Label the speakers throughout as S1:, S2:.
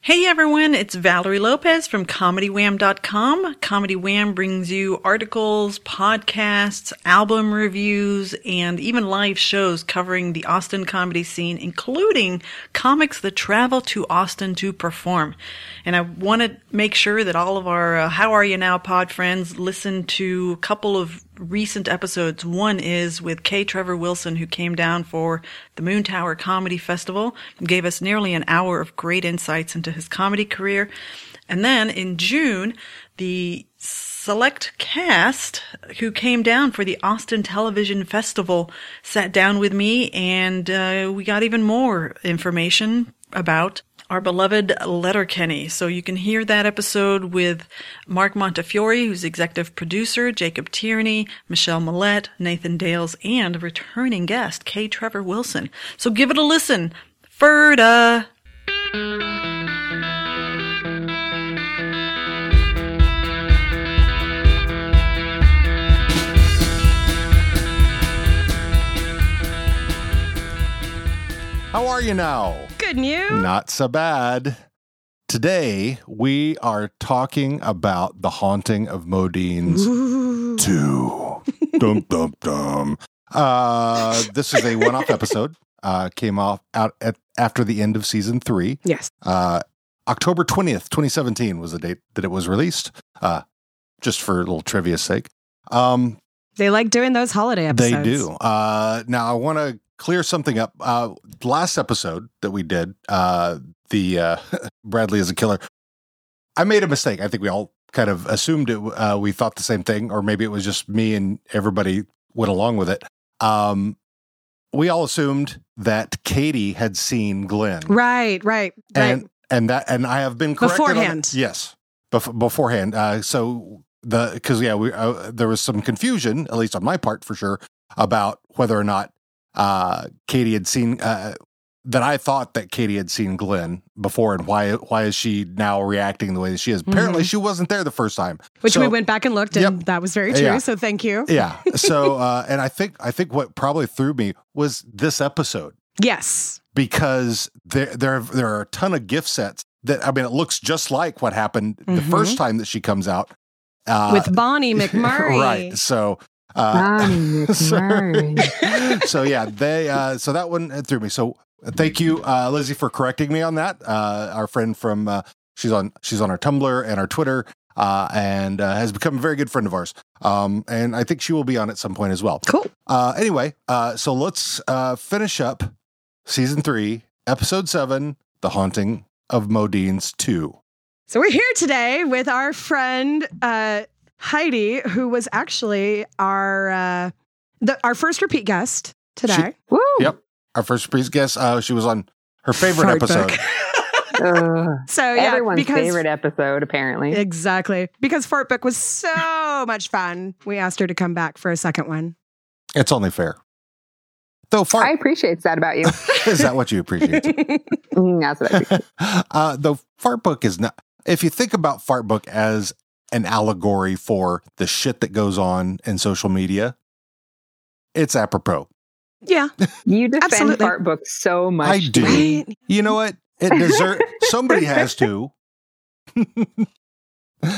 S1: Hey everyone, it's Valerie Lopez from ComedyWham.com. Comedy Wham brings you articles, podcasts, album reviews, and even live shows covering the Austin comedy scene, including comics that travel to Austin to perform. And I want to make sure that all of our uh, How Are You Now pod friends listen to a couple of recent episodes. One is with Kay Trevor Wilson, who came down for the Moon Tower Comedy Festival and gave us nearly an hour of great insights into his comedy career. And then in June, the select cast who came down for the Austin Television Festival sat down with me and uh, we got even more information about our beloved Letterkenny. So you can hear that episode with Mark Montefiore, who's executive producer, Jacob Tierney, Michelle Millette, Nathan Dales, and returning guest, Kay Trevor Wilson. So give it a listen. Ferda!
S2: How are you now?
S3: Good news.
S2: Not so bad. Today, we are talking about The Haunting of Modine's 2. dum, dum, dum. Uh, this is a one off episode. Uh, came off out at, after the end of season three.
S3: Yes.
S2: Uh, October 20th, 2017 was the date that it was released, uh, just for a little trivia's sake. Um,
S3: They like doing those holiday episodes.
S2: they do. Uh, now I want to clear something up. Uh, last episode that we did, uh, the uh, Bradley is a killer. I made a mistake. I think we all kind of assumed it. Uh, we thought the same thing, or maybe it was just me and everybody went along with it. Um, we all assumed that Katie had seen Glenn,
S3: Right, right, right.
S2: and and that and I have been corrected on that.
S3: Beforehand.
S2: yes, Bef- beforehand. Uh, so the because yeah, we uh, there was some confusion, at least on my part for sure, about whether or not uh, Katie had seen uh, that. I thought that Katie had seen Glenn before, and why why is she now reacting the way that she is? Apparently, she wasn't there the first time,
S3: Mm-hmm. Which we
S2: So-
S3: went back and looked, and that was very true.
S2: Yeah.
S3: So thank you.
S2: Yeah. So uh, and I think I think what probably threw me was this episode.
S3: Yes.
S2: because there there there are a ton of gift sets that I mean it looks just like what happened the
S3: Mhm.
S2: first time that she comes out uh,
S3: With Bonnie McMurray.
S2: right? So. Uh,
S4: Bonnie
S2: so-
S4: McMurray.
S3: Ah.
S2: so yeah, they uh, so that one threw me. So thank you, uh, Lizzie, for correcting me on that. Uh, our friend from uh, she's on she's on our Tumblr and our Twitter, uh, and uh, has become a very good friend of ours. Um, and I think she will be on at some point as well.
S3: Cool.
S2: Uh, anyway, uh, so let's uh, finish up season three, episode seven, The Haunting of Modine's 2.
S3: So we're here today with our friend uh, Heidi, who was actually our uh, the, our first repeat guest today.
S4: Woo!
S2: Yep. Our first surprise guest, uh, she was on her favorite
S3: Fart
S2: episode.
S3: book.
S4: Ugh.
S3: so Oh, yeah,
S4: Everyone's
S3: because
S4: favorite episode, apparently.
S3: exactly because Fort Book was so much fun. We asked her to come back for a second one.
S2: It's only fair. Though
S4: I
S2: fart,
S4: appreciate that about you.
S2: is that what you appreciate?
S4: Mm, That's what I appreciate.
S2: uh, though fart book is not, if you think about fart book as an allegory for the shit that goes on in social media, it's apropos.
S3: Yeah,
S4: You defend
S3: Absolutely.
S4: Fart Book so much.
S2: I do.
S4: Dee.
S3: right.
S2: You know what? It deserves. somebody has to.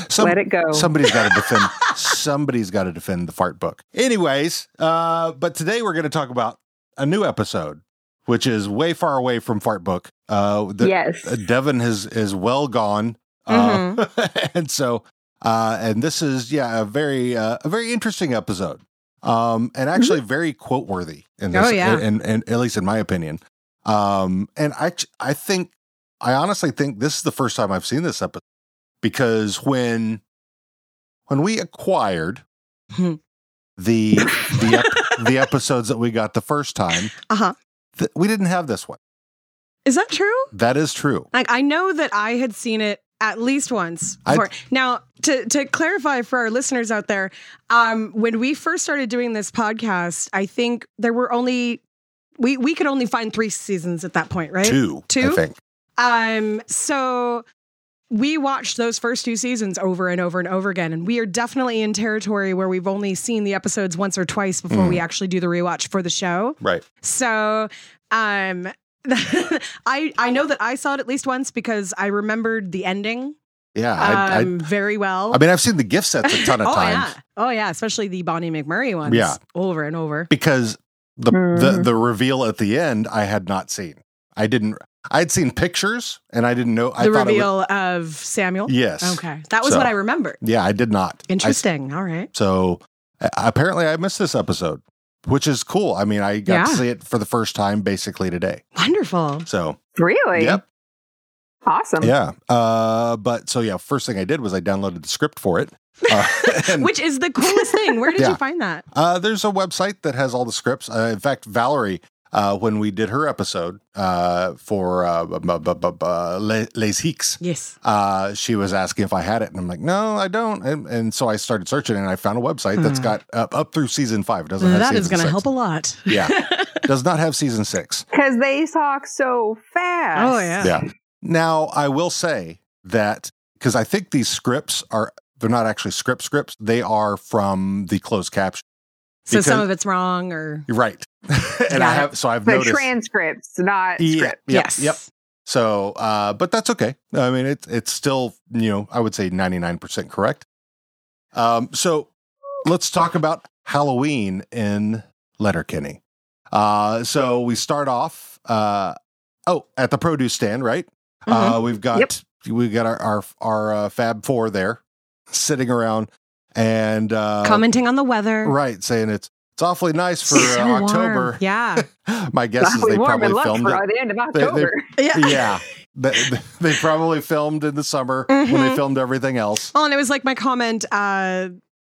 S2: Some,
S4: Let it go.
S2: Somebody's got to defend. somebody's got to defend the fart book. Anyways, uh, but today we're going to talk about a new episode, which is way far away from fart book. Uh, the,
S4: yes.
S2: uh, Devin has is well gone, uh,
S3: Mm-hmm.
S2: and so uh, and this is yeah a very uh, a very interesting episode, um, and actually very quote worthy in this,
S3: Mm-hmm. Oh, yeah.
S2: and, and at least in my opinion, um, and I ch- I think I honestly think this is the first time I've seen this episode because when when we acquired
S3: Hmm.
S2: the the ep- the episodes that we got the first time,
S3: Uh huh.
S2: th- we didn't have this one.
S3: Is that true?
S2: That is true.
S3: Like I know that I had seen it at least once
S2: I-
S3: before. now, to to clarify for our listeners out there, um, when we first started doing this podcast, I think there were only we we could only find three seasons at that point, right?
S2: Two, I
S3: Two?
S2: think.
S3: Um, so we watched those first two seasons over and over and over again, and we are definitely in territory where we've only seen the episodes once or twice before
S2: Mm.
S3: we actually do the rewatch for the show.
S2: Right.
S3: So, um, I I know that I saw it at least once because I remembered the ending
S2: Yeah, I, I,
S3: um, very well.
S2: I mean, I've seen the gift sets a ton of
S3: oh
S2: times
S3: yeah, oh yeah, especially the Bonnie McMurray ones.
S2: Yeah.
S3: over and over.
S2: because the, the
S3: Mm-hmm.
S4: Mhm.
S2: the reveal at the end I had not seen. I didn't. I had seen pictures and I didn't know. I
S3: the
S2: thought
S3: reveal of Samuel.
S2: It was, yes.
S3: Okay, that was
S2: So-
S3: what I remembered.
S2: Yeah, I did not. I-
S3: Interesting. All right.
S2: so uh, apparently, I missed this episode, which is cool. I mean, I got to
S3: Yeah.
S2: see it for the first time basically today.
S3: Wonderful.
S2: So
S4: Really?
S2: yep.
S4: Awesome.
S2: Yeah. Uh, but so yeah, first thing I did was I downloaded the script for it. Uh, and,
S3: Which is the coolest thing. Where did
S2: Yeah.
S3: you find that?
S2: uh, there's a website that has all the scripts. Uh, in fact, Valerie, uh, when we did her episode uh, for uh, bu- bu- bu- bu- Le- Les Hicks,
S3: Yes.
S2: uh, she was asking if I had it, and I'm like, no, I don't. And, and so I started searching, and I found a website that's
S3: Hmm.
S2: got up, up through season five. It doesn't have
S3: That is
S2: season
S3: going to
S2: six.
S3: help a lot.
S2: Yeah, does not have season six.
S4: Because they talk so fast.
S3: Oh yeah.
S2: Yeah. Now, I will say that because I think these scripts are, they're not actually script scripts. They are from the closed caption.
S3: So some
S2: Because-
S3: of it's wrong or
S2: You're right. and I
S3: Got it.
S2: have, so I've
S4: The
S2: noticed.
S4: transcripts, not
S2: Yeah,
S4: script.
S2: yep,
S3: yes.
S2: Yep. So, uh, but that's okay. I mean, it's it's still, you know, I would say 99% correct. Um, so let's talk about Halloween in Letterkenny. Uh, so we start off, uh, oh, at the produce stand, right? Uh, we've got we've got our our, our uh, Fab Four there sitting around and uh,
S3: Commenting on the weather.
S2: right, saying it's it's awfully nice for
S3: So
S2: uh,
S3: warm.
S2: October.
S3: Yeah.
S2: My guess is
S4: Probably
S2: they
S4: warm
S2: probably
S4: and luck
S2: filmed
S4: for
S2: it.
S4: the end of
S2: they-
S4: October.
S2: Yeah, they, they probably filmed in the summer when they
S3: Mhm.
S2: filmed everything else.
S3: Oh, and it was like my comment uh,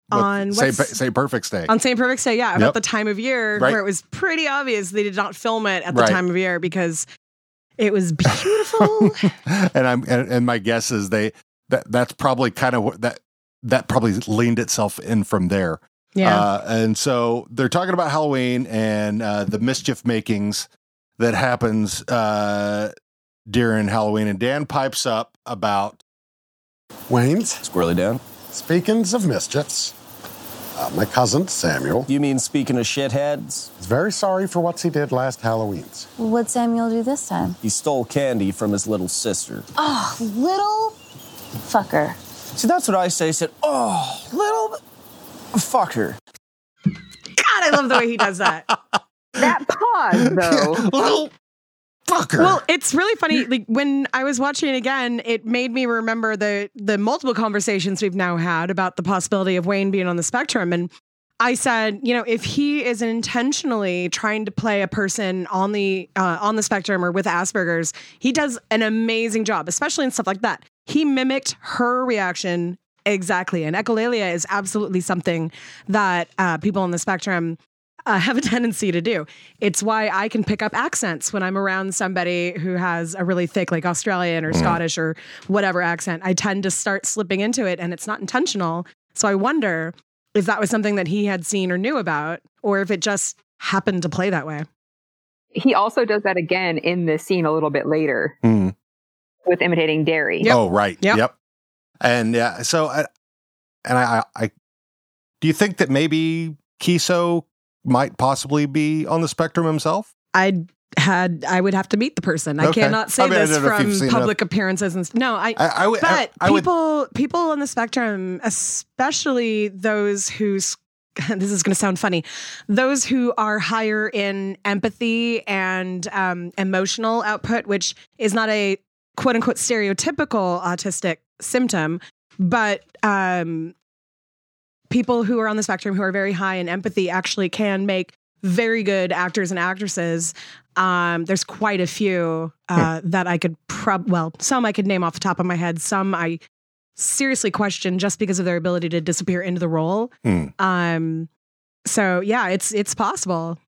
S2: But
S3: On
S2: say
S3: what's-
S2: say Perfect Day.
S3: on St. Perfect's Day, yeah, about
S2: Yep.
S3: the time of year
S2: Right.
S3: where it was pretty obvious they did not film it at the
S2: Right.
S3: time of year because it was beautiful.
S2: and I'm and, and my guess is they that that's probably kind of what that that probably leaned itself in from there.
S3: yeah.
S2: Uh, and so they're talking about Halloween and uh, the mischief makings that happens uh, during Halloween. And Dan pipes up about
S5: Waynes,
S6: Squirrely Dan?
S5: speakings of mischiefs, uh, my cousin Samuel
S6: You mean speaking of shitheads?
S5: is very sorry for what he did last Halloween's.
S7: What'd Samuel do this time?
S6: He stole candy from his little sister.
S7: Oh, little fucker.
S6: See, that's what I say. Said, oh, little fucker.
S3: God, I love the way he does that.
S4: That pause, though.
S2: little fucker.
S3: Well, it's really funny. Like when I was watching it again, it made me remember the the multiple conversations we've now had about the possibility of Wayne being on the spectrum. And I said, you know, if he is intentionally trying to play a person on the uh, on the spectrum or with Asperger's, he does an amazing job, especially in stuff like that. He mimicked her reaction exactly, and echolalia is absolutely something that uh, people on the spectrum uh, have a tendency to do. It's why I can pick up accents when I'm around somebody who has a really thick, like Australian
S2: Mm.
S3: or Scottish or whatever accent. I tend to start slipping into it and it's not intentional. So I wonder if that was something that he had seen or knew about or if it just happened to play that way.
S4: he also does that again in this scene a little bit later
S2: Mm.
S4: with imitating Dairy.
S2: Oh, right.
S3: Yep.
S2: And yeah, so I, and I, I, I- do you think that maybe Kiso might possibly be on the spectrum himself?
S3: I had I would have to meet the person. I
S2: Okay.
S3: cannot say
S2: I mean, I
S3: this
S2: don't know if you've
S3: from
S2: seen
S3: public appearances and st- no, I
S2: I, I would. I,
S3: But
S2: I would.
S3: people people on the spectrum, especially those who s- this is going to sound funny, those who are higher in empathy and um, emotional output, which is not a quote unquote stereotypical autistic symptom, but um, people who are on the spectrum who are very high in empathy actually can make very good actors and actresses. Um, there's quite a few uh,
S2: Hmm.
S3: that I could prob well, some I could name off the top of my head. Some I seriously question just because of their ability to disappear into the role.
S2: Hmm.
S3: Um, so yeah, it's it's possible.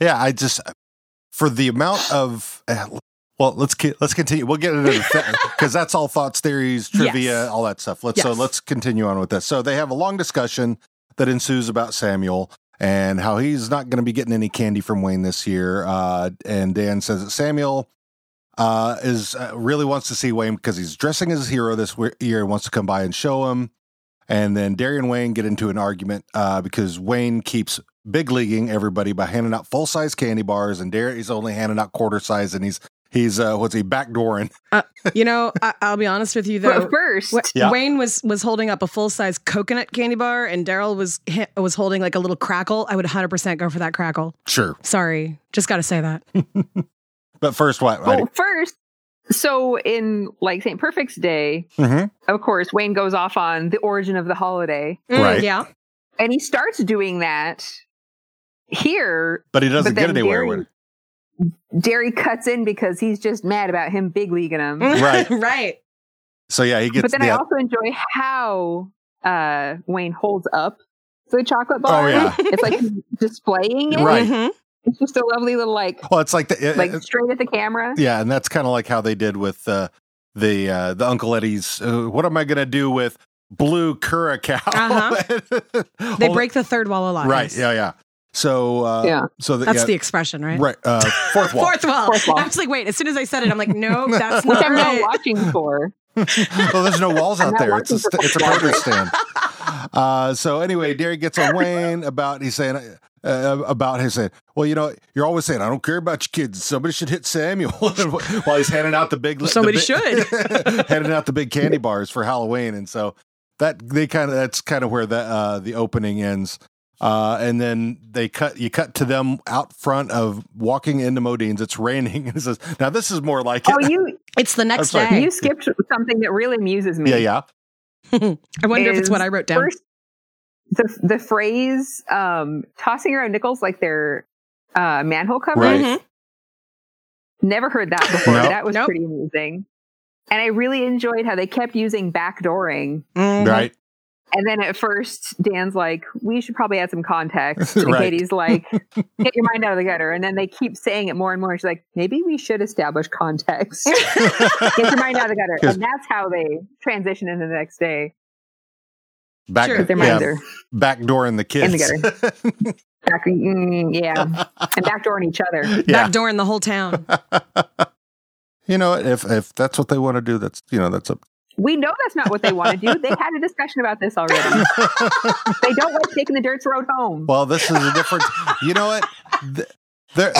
S2: Yeah, I just uh, for the amount of uh, well, let's ki- let's continue. We'll get into because that's all thoughts, theories, trivia,
S3: Yes.
S2: all that stuff. Let's so
S3: Yes.
S2: let's continue on with this. So they have a long discussion that ensues about Samuel and how he's not going to be getting any candy from Wayne this year. Uh, and Dan says that Samuel uh, is uh, really wants to see Wayne because he's dressing as a hero this we- year and wants to come by and show him. And then Derry and Wayne get into an argument uh, because Wayne keeps big leaguing everybody by handing out full size candy bars, and Derek is only handing out quarter size, and he's he's uh, what's he backdooring?
S3: You know, I, I'll be honest with you though.
S4: But first,
S3: Wa-
S2: Yeah.
S3: Wayne was was holding up a full size coconut candy bar, and Daryl was hi- was holding like a little crackle. I would 100 percent go for that crackle.
S2: Sure,
S3: Sorry, just got to say that.
S2: but first what?
S4: well, first, so in like St. Perfect's Day,
S2: Mhm.
S4: of course, Wayne goes off on the origin of the holiday
S2: Right.
S3: Mm, Yeah.
S4: and he starts doing that here.
S2: But he doesn't
S4: but
S2: get
S4: then
S2: anywhere
S4: Derry-
S2: with it.
S4: Derry cuts in because he's just mad about him big leaguing him.
S2: Right.
S3: right.
S2: So yeah, Mm, he gets
S4: but then
S2: the
S4: I also enjoy how uh, Wayne holds up the chocolate bar.
S2: Oh, yeah.
S4: It's like he's displaying it.
S2: Right.
S3: Mhm.
S4: It's just a lovely little like
S2: well, it's like the
S4: like straight at the camera.
S2: Yeah, and that's kind of like how they did with uh, the uh, the Uncle Eddie's. Uh, what am I going to do with blue curacao?
S3: Uh-huh. They
S2: Hold-
S3: break the third wall a lot.
S2: right. Yeah, yeah. So uh,
S4: Yeah.
S2: so
S3: That's the
S2: yeah,
S3: expression, right?
S2: right uh, fourth wall.
S3: Fourth wall.
S4: Fourth wall.
S3: I was like, wait. As soon as I said it, I'm like, no, that's
S4: Which
S3: not
S4: I'm now
S3: right.
S4: watching for.
S2: well, there's no walls
S4: I'm
S2: out
S4: not
S2: there. It's a,
S4: watching
S2: st- it's a
S4: football.
S2: burger stand. Uh, so anyway, Derek gets on Wayne about he's saying uh, about his saying, well, you know, you're always saying I don't care about your kids. Somebody should hit Samuel while he's handing out the big. the
S3: Somebody
S2: big-
S3: should.
S2: handing out the big candy bars for Halloween, and so that they kind of that's kind of where the uh, the opening ends. Uh, and then they cut you cut to them out front of walking into Modine's. It's raining. And it says, now this is more like it.
S4: Oh, you
S3: It's the next
S2: That's
S3: day.
S4: you skipped something that really amuses me.
S2: yeah, yeah.
S3: I wonder if it's
S4: is
S3: what I wrote down.
S4: First, the the phrase um, tossing around nickels like they're uh, manhole covers.
S2: Right.
S3: Mhm.
S4: Never heard that before.
S2: Nope.
S4: That was
S3: Mm-hmm. Nope.
S4: pretty amusing. And I really enjoyed how they kept using backdooring.
S3: Mhm.
S2: Right.
S4: And then at first, Dan's like, we should probably add some context. And
S2: Right.
S4: Katie's like, get your mind out of the gutter. And then they keep saying it more and more. She's like, maybe we should establish context. get your mind out of the gutter.
S2: 'Cause-
S4: And that's how they transition into the next day.
S2: Back,
S3: Sure.
S4: Their
S2: yeah,
S4: minds are
S2: backdooring the
S4: In the
S2: kids.
S4: back, mm, yeah, and backdooring each other.
S2: yeah.
S3: Backdooring the whole town.
S2: You know, if if that's what they want to do, that's you know, that's up.
S4: We know that's not what they want to do. They had a discussion about this already. they don't like taking the dirt's road home.
S2: Well, this is a different. you know what? Th- They're,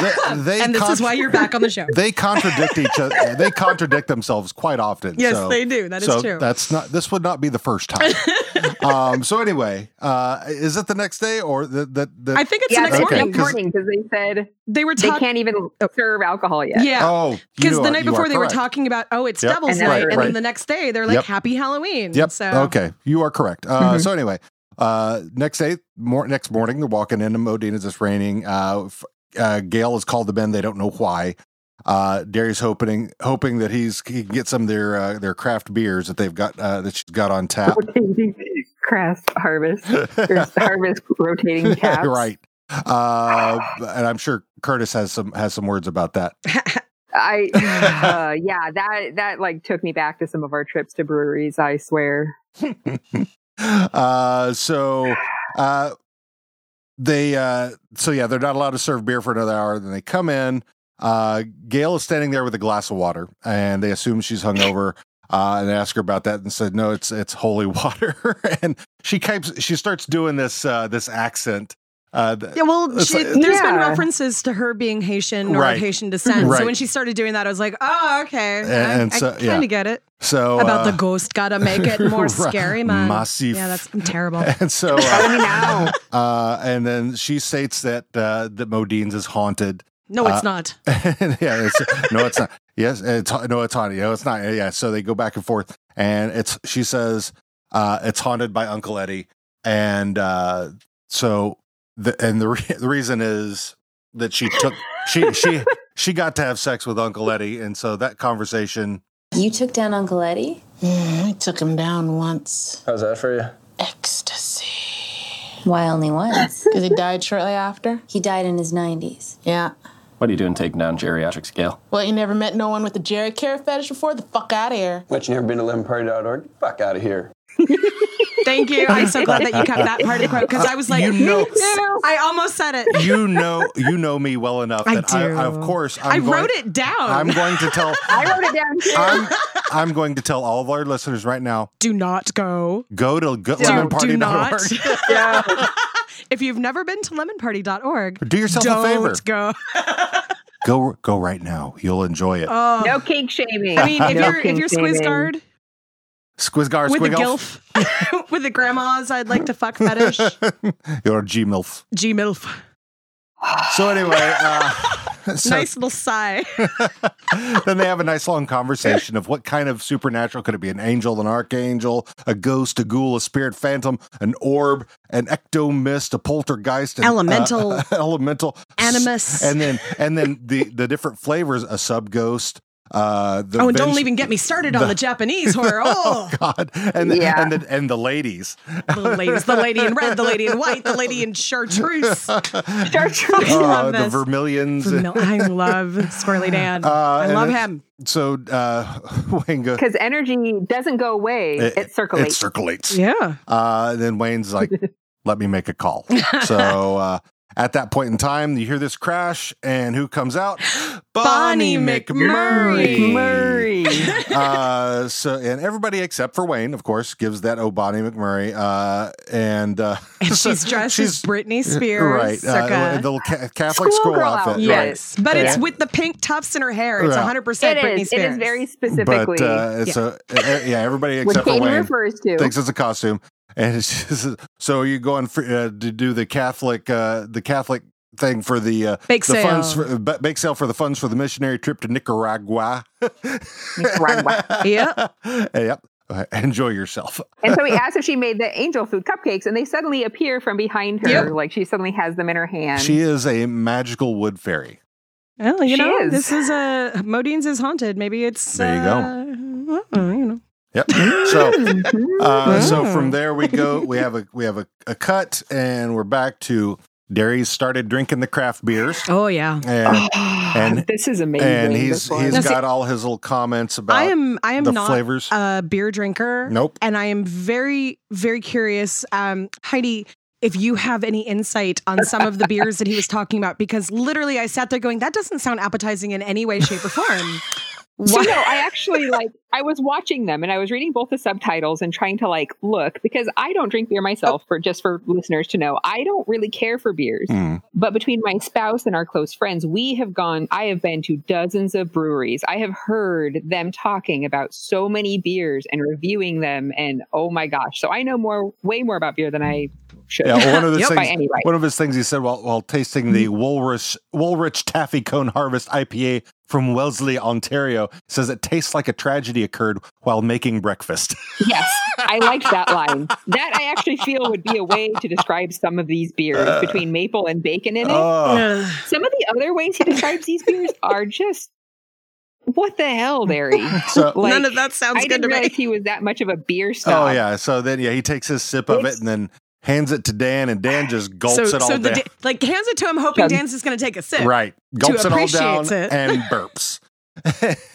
S2: they they
S3: and this is
S2: contra-
S3: why you're back on the show.
S2: They contradict each other. They contradict themselves quite often.
S3: Yes,
S2: so,
S3: they do. That is
S2: so
S3: true.
S2: That's not. This would not be the first time. um. So anyway, uh, is it the next day or the the, the
S3: I think it's the next
S4: they
S2: okay,
S4: said
S3: morning.
S4: next morning because they said
S3: They were
S4: they
S3: talking.
S4: can't even serve alcohol yet.
S3: Yeah.
S2: Oh, you
S3: because
S2: are-
S3: the night
S2: you are
S3: before they were
S2: correct.
S3: talking about oh it's
S2: Yep.
S3: devil's
S4: And
S3: night
S4: that's
S3: and
S2: right.
S3: then the next day they're like
S2: Yep.
S3: happy halloween
S2: Yep.
S3: so
S2: Okay. You are correct. Uh,
S4: Mhm.
S2: So anyway, uh, next day, mor- next morning, they're walking in, and Modine is raining. Uh, f- uh, Gail has called them in. They don't know why. Uh, Derry's hoping hoping that he's he can get some of their uh, their craft beers that they've got uh, that she's got on tap.
S4: Crass harvest or harvest rotating caps.
S2: right. Uh, and I'm sure Curtis has some has some words about that.
S4: I uh, yeah that that like took me back to some of our trips to breweries. I swear.
S2: uh, so uh, they uh, so yeah, they're not allowed to serve beer for another hour. Then they come in. Uh, Gail is standing there with a glass of water, and they assume she's hungover. Uh, and they ask her about that, and said, "No, it's it's holy water." and she keeps she starts doing this uh, this accent. Uh, th-
S3: yeah, well,
S2: It's
S3: she,
S2: like-
S3: there's been
S4: Yeah.
S3: references to her being Haitian or
S2: Right.
S3: of Haitian descent.
S2: Right.
S3: So when she started doing that, I was like, "Oh, okay,
S2: And-
S3: I,
S2: and so-
S3: kind of
S2: yeah.
S3: get it."
S2: so
S3: About
S2: uh,
S3: the ghost, gotta make it more
S2: right.
S3: scary, man.
S2: Massif.
S3: Yeah, that's terrible.
S2: and so
S4: me
S2: uh,
S4: now.
S2: uh, and then she states that uh, that Modine's is haunted,
S3: No, it's
S2: Uh,
S3: not.
S2: yeah, it's, no, it's not. Yes, it's no, it's haunted. No, it's not. Yeah, so they go back and forth, and it's she says uh, it's haunted by Uncle Eddie, and uh, so the and the re- the reason is that she took she she she got to have sex with Uncle Eddie, and so that conversation.
S7: You took down Uncle Eddie?
S8: I Mm, took him down once.
S9: How's that for you?
S8: Ecstasy.
S7: Why only once?
S8: Because he died shortly after?
S7: he died in his 90s.
S8: Yeah.
S9: What are you doing taking down geriatric scale?
S8: Well, you never met no one with a Jerry Care fetish before? The fuck out of here.
S9: What, you never been to lemonparty.org? Fuck out of here.
S3: Thank you. I'm so glad that you kept that part of the quote because I was like, "Hmm,
S2: You know-
S3: I almost said it.
S2: You know, you know me well enough
S3: I
S2: that I,
S3: do.
S2: of course I'm
S3: i
S2: going-
S3: wrote it down.
S2: I'm going to tell.
S4: I wrote it down too.
S2: I'm, I'm going to tell all of our listeners right now.
S3: Do not go.
S2: Go to
S3: Do, do
S2: goodlemonparty.org.
S3: not.
S4: yeah.
S3: If you've never been to lemonparty.org,
S2: Do yourself
S3: don't
S2: a favor.
S3: go.
S2: Go go right now. You'll enjoy it.
S3: Oh.
S4: No kink shaming.
S3: I mean, if
S4: No
S3: you're if
S4: kink
S3: you're squeeze
S4: shaming.
S3: guard
S2: Squizgar,
S3: with a
S2: squiggle.
S3: gilf, with the grandmas, I'd like to fuck fetish.
S2: You're a G milf.
S3: G milf.
S2: So anyway, uh, so
S3: nice little sigh.
S2: then they have a nice long conversation of what kind of supernatural could it be? An angel, an archangel, a ghost, a ghoul, a spirit, phantom, an orb, an ecto mist, a poltergeist, an, uh,
S3: Elemental.
S2: elemental,
S3: Animus.
S2: and then and then the the different flavors: a sub ghost. Uh, the
S3: Oh, and don't
S2: venge-
S3: even get me started on the Japanese horror. Oh,
S2: God, and the,
S4: Yeah.
S2: and the, and the ladies.
S3: the ladies, the lady in red, the lady in white, the lady in chartreuse.
S4: Chartreuse.
S3: I love
S2: Uh, the
S3: this.
S2: vermilions.
S3: Vermil- I love Squirrely Dan.
S2: Uh,
S3: I
S2: and
S3: love
S2: it-
S3: him.
S2: So uh, Wayne goes.
S4: Because energy doesn't go away; it,
S2: It
S4: circulates.
S2: circulates.
S3: Yeah.
S2: Uh, then Wayne's like, let me make a call. So uh, at that point in time, you hear this crash, and who comes out?
S3: Bonnie McMurray.
S4: Murray.
S2: uh, so, and everybody except for Wayne, of course, gives that oh, Bonnie McMurray. Uh, and uh,
S3: And
S2: so
S3: she's dressed as Britney Spears.
S2: Right. Uh,
S3: circa-
S2: the little ca- Catholic school
S4: Schoolgirl
S2: outfit.
S4: outfit.
S2: Right.
S3: yes. But it's
S2: Yeah.
S3: with the pink tufts in her hair. It's
S2: Yeah.
S3: 100%
S4: It
S3: Britney
S4: is. It
S3: Spears.
S4: is very specifically
S2: But uh,
S3: Yeah.
S2: so uh, yeah, everybody
S4: what
S2: except for
S4: Caden
S2: Wayne
S4: refers to.
S2: thinks it's a costume, and it's just, so are you going for, uh, to do the Catholic uh, the Catholic thing for the uh,
S3: Bake
S2: the
S3: sale.
S2: funds for, ba- bake sale for the funds for the missionary trip to Nicaragua.
S4: Nicaragua.
S3: Yep.
S2: yep. Uh, Enjoy yourself.
S4: and so he asks if she made the angel food cupcakes, and they suddenly appear from behind her,
S3: Yep.
S4: like she suddenly has them in her hand.
S2: She is a magical wood fairy.
S3: Well, you
S4: She
S3: know,
S4: is.
S3: this is a uh, Modine's is haunted. Maybe it's
S2: There you go.
S3: you go. you know,
S2: Yep. So uh, so
S3: Wow.
S2: from there we go. We have a we have a, a cut, and we're back to Derry's started drinking the craft beers.
S3: oh yeah.
S2: And and-
S4: this is amazing.
S2: and he's
S4: this one.
S2: he's
S3: Now, see,
S2: got all his little comments about
S3: I am I am
S2: the
S3: not
S2: flavors.
S3: a beer drinker.
S2: nope.
S3: And I am very very curious um Heidi if you have any insight on some of the beers that he was talking about because literally I sat there going that doesn't sound appetizing in any way shape or form.
S4: So, no, I actually like I was watching them and I was reading both the subtitles and trying to like look because I don't drink beer myself for just for listeners to know. I don't really care for beers.
S2: Hmm.
S4: But between my spouse and our close friends, we have gone I have been to dozens of breweries. I have heard them talking about so many beers and reviewing them and oh my gosh. So I know more way more about beer than I should.
S2: Yeah, well, one of the
S4: Yep.
S2: things,
S4: by any right.
S2: one of his things he said while, while tasting the
S3: Mm-hmm.
S2: Woolrich Woolrich Taffy Cone Harvest IPA from Wellesley, Ontario, says it tastes like a tragedy occurred while making breakfast.
S4: Yes, I liked that line. That I actually feel would be a way to describe some of these beers between maple and bacon in it.
S2: Uh. Oh,
S4: some of the other ways he describes these beers are just what the hell, Larry?
S2: so,
S4: Like,
S3: None of that sounds
S4: I
S3: good
S4: didn't
S3: to
S4: realize
S3: me.
S4: he was that much of a beer
S2: oh
S4: snob.
S2: yeah. So then yeah, he takes his sip of it and then hands it to Dan, and Dan just gulps it all
S3: so
S2: down.
S3: the, like hands it to him hoping
S4: Um,
S3: Dan's just going to take a sip.
S2: Right. Gulps it all
S3: appreciate
S2: down
S3: it.
S2: and burps.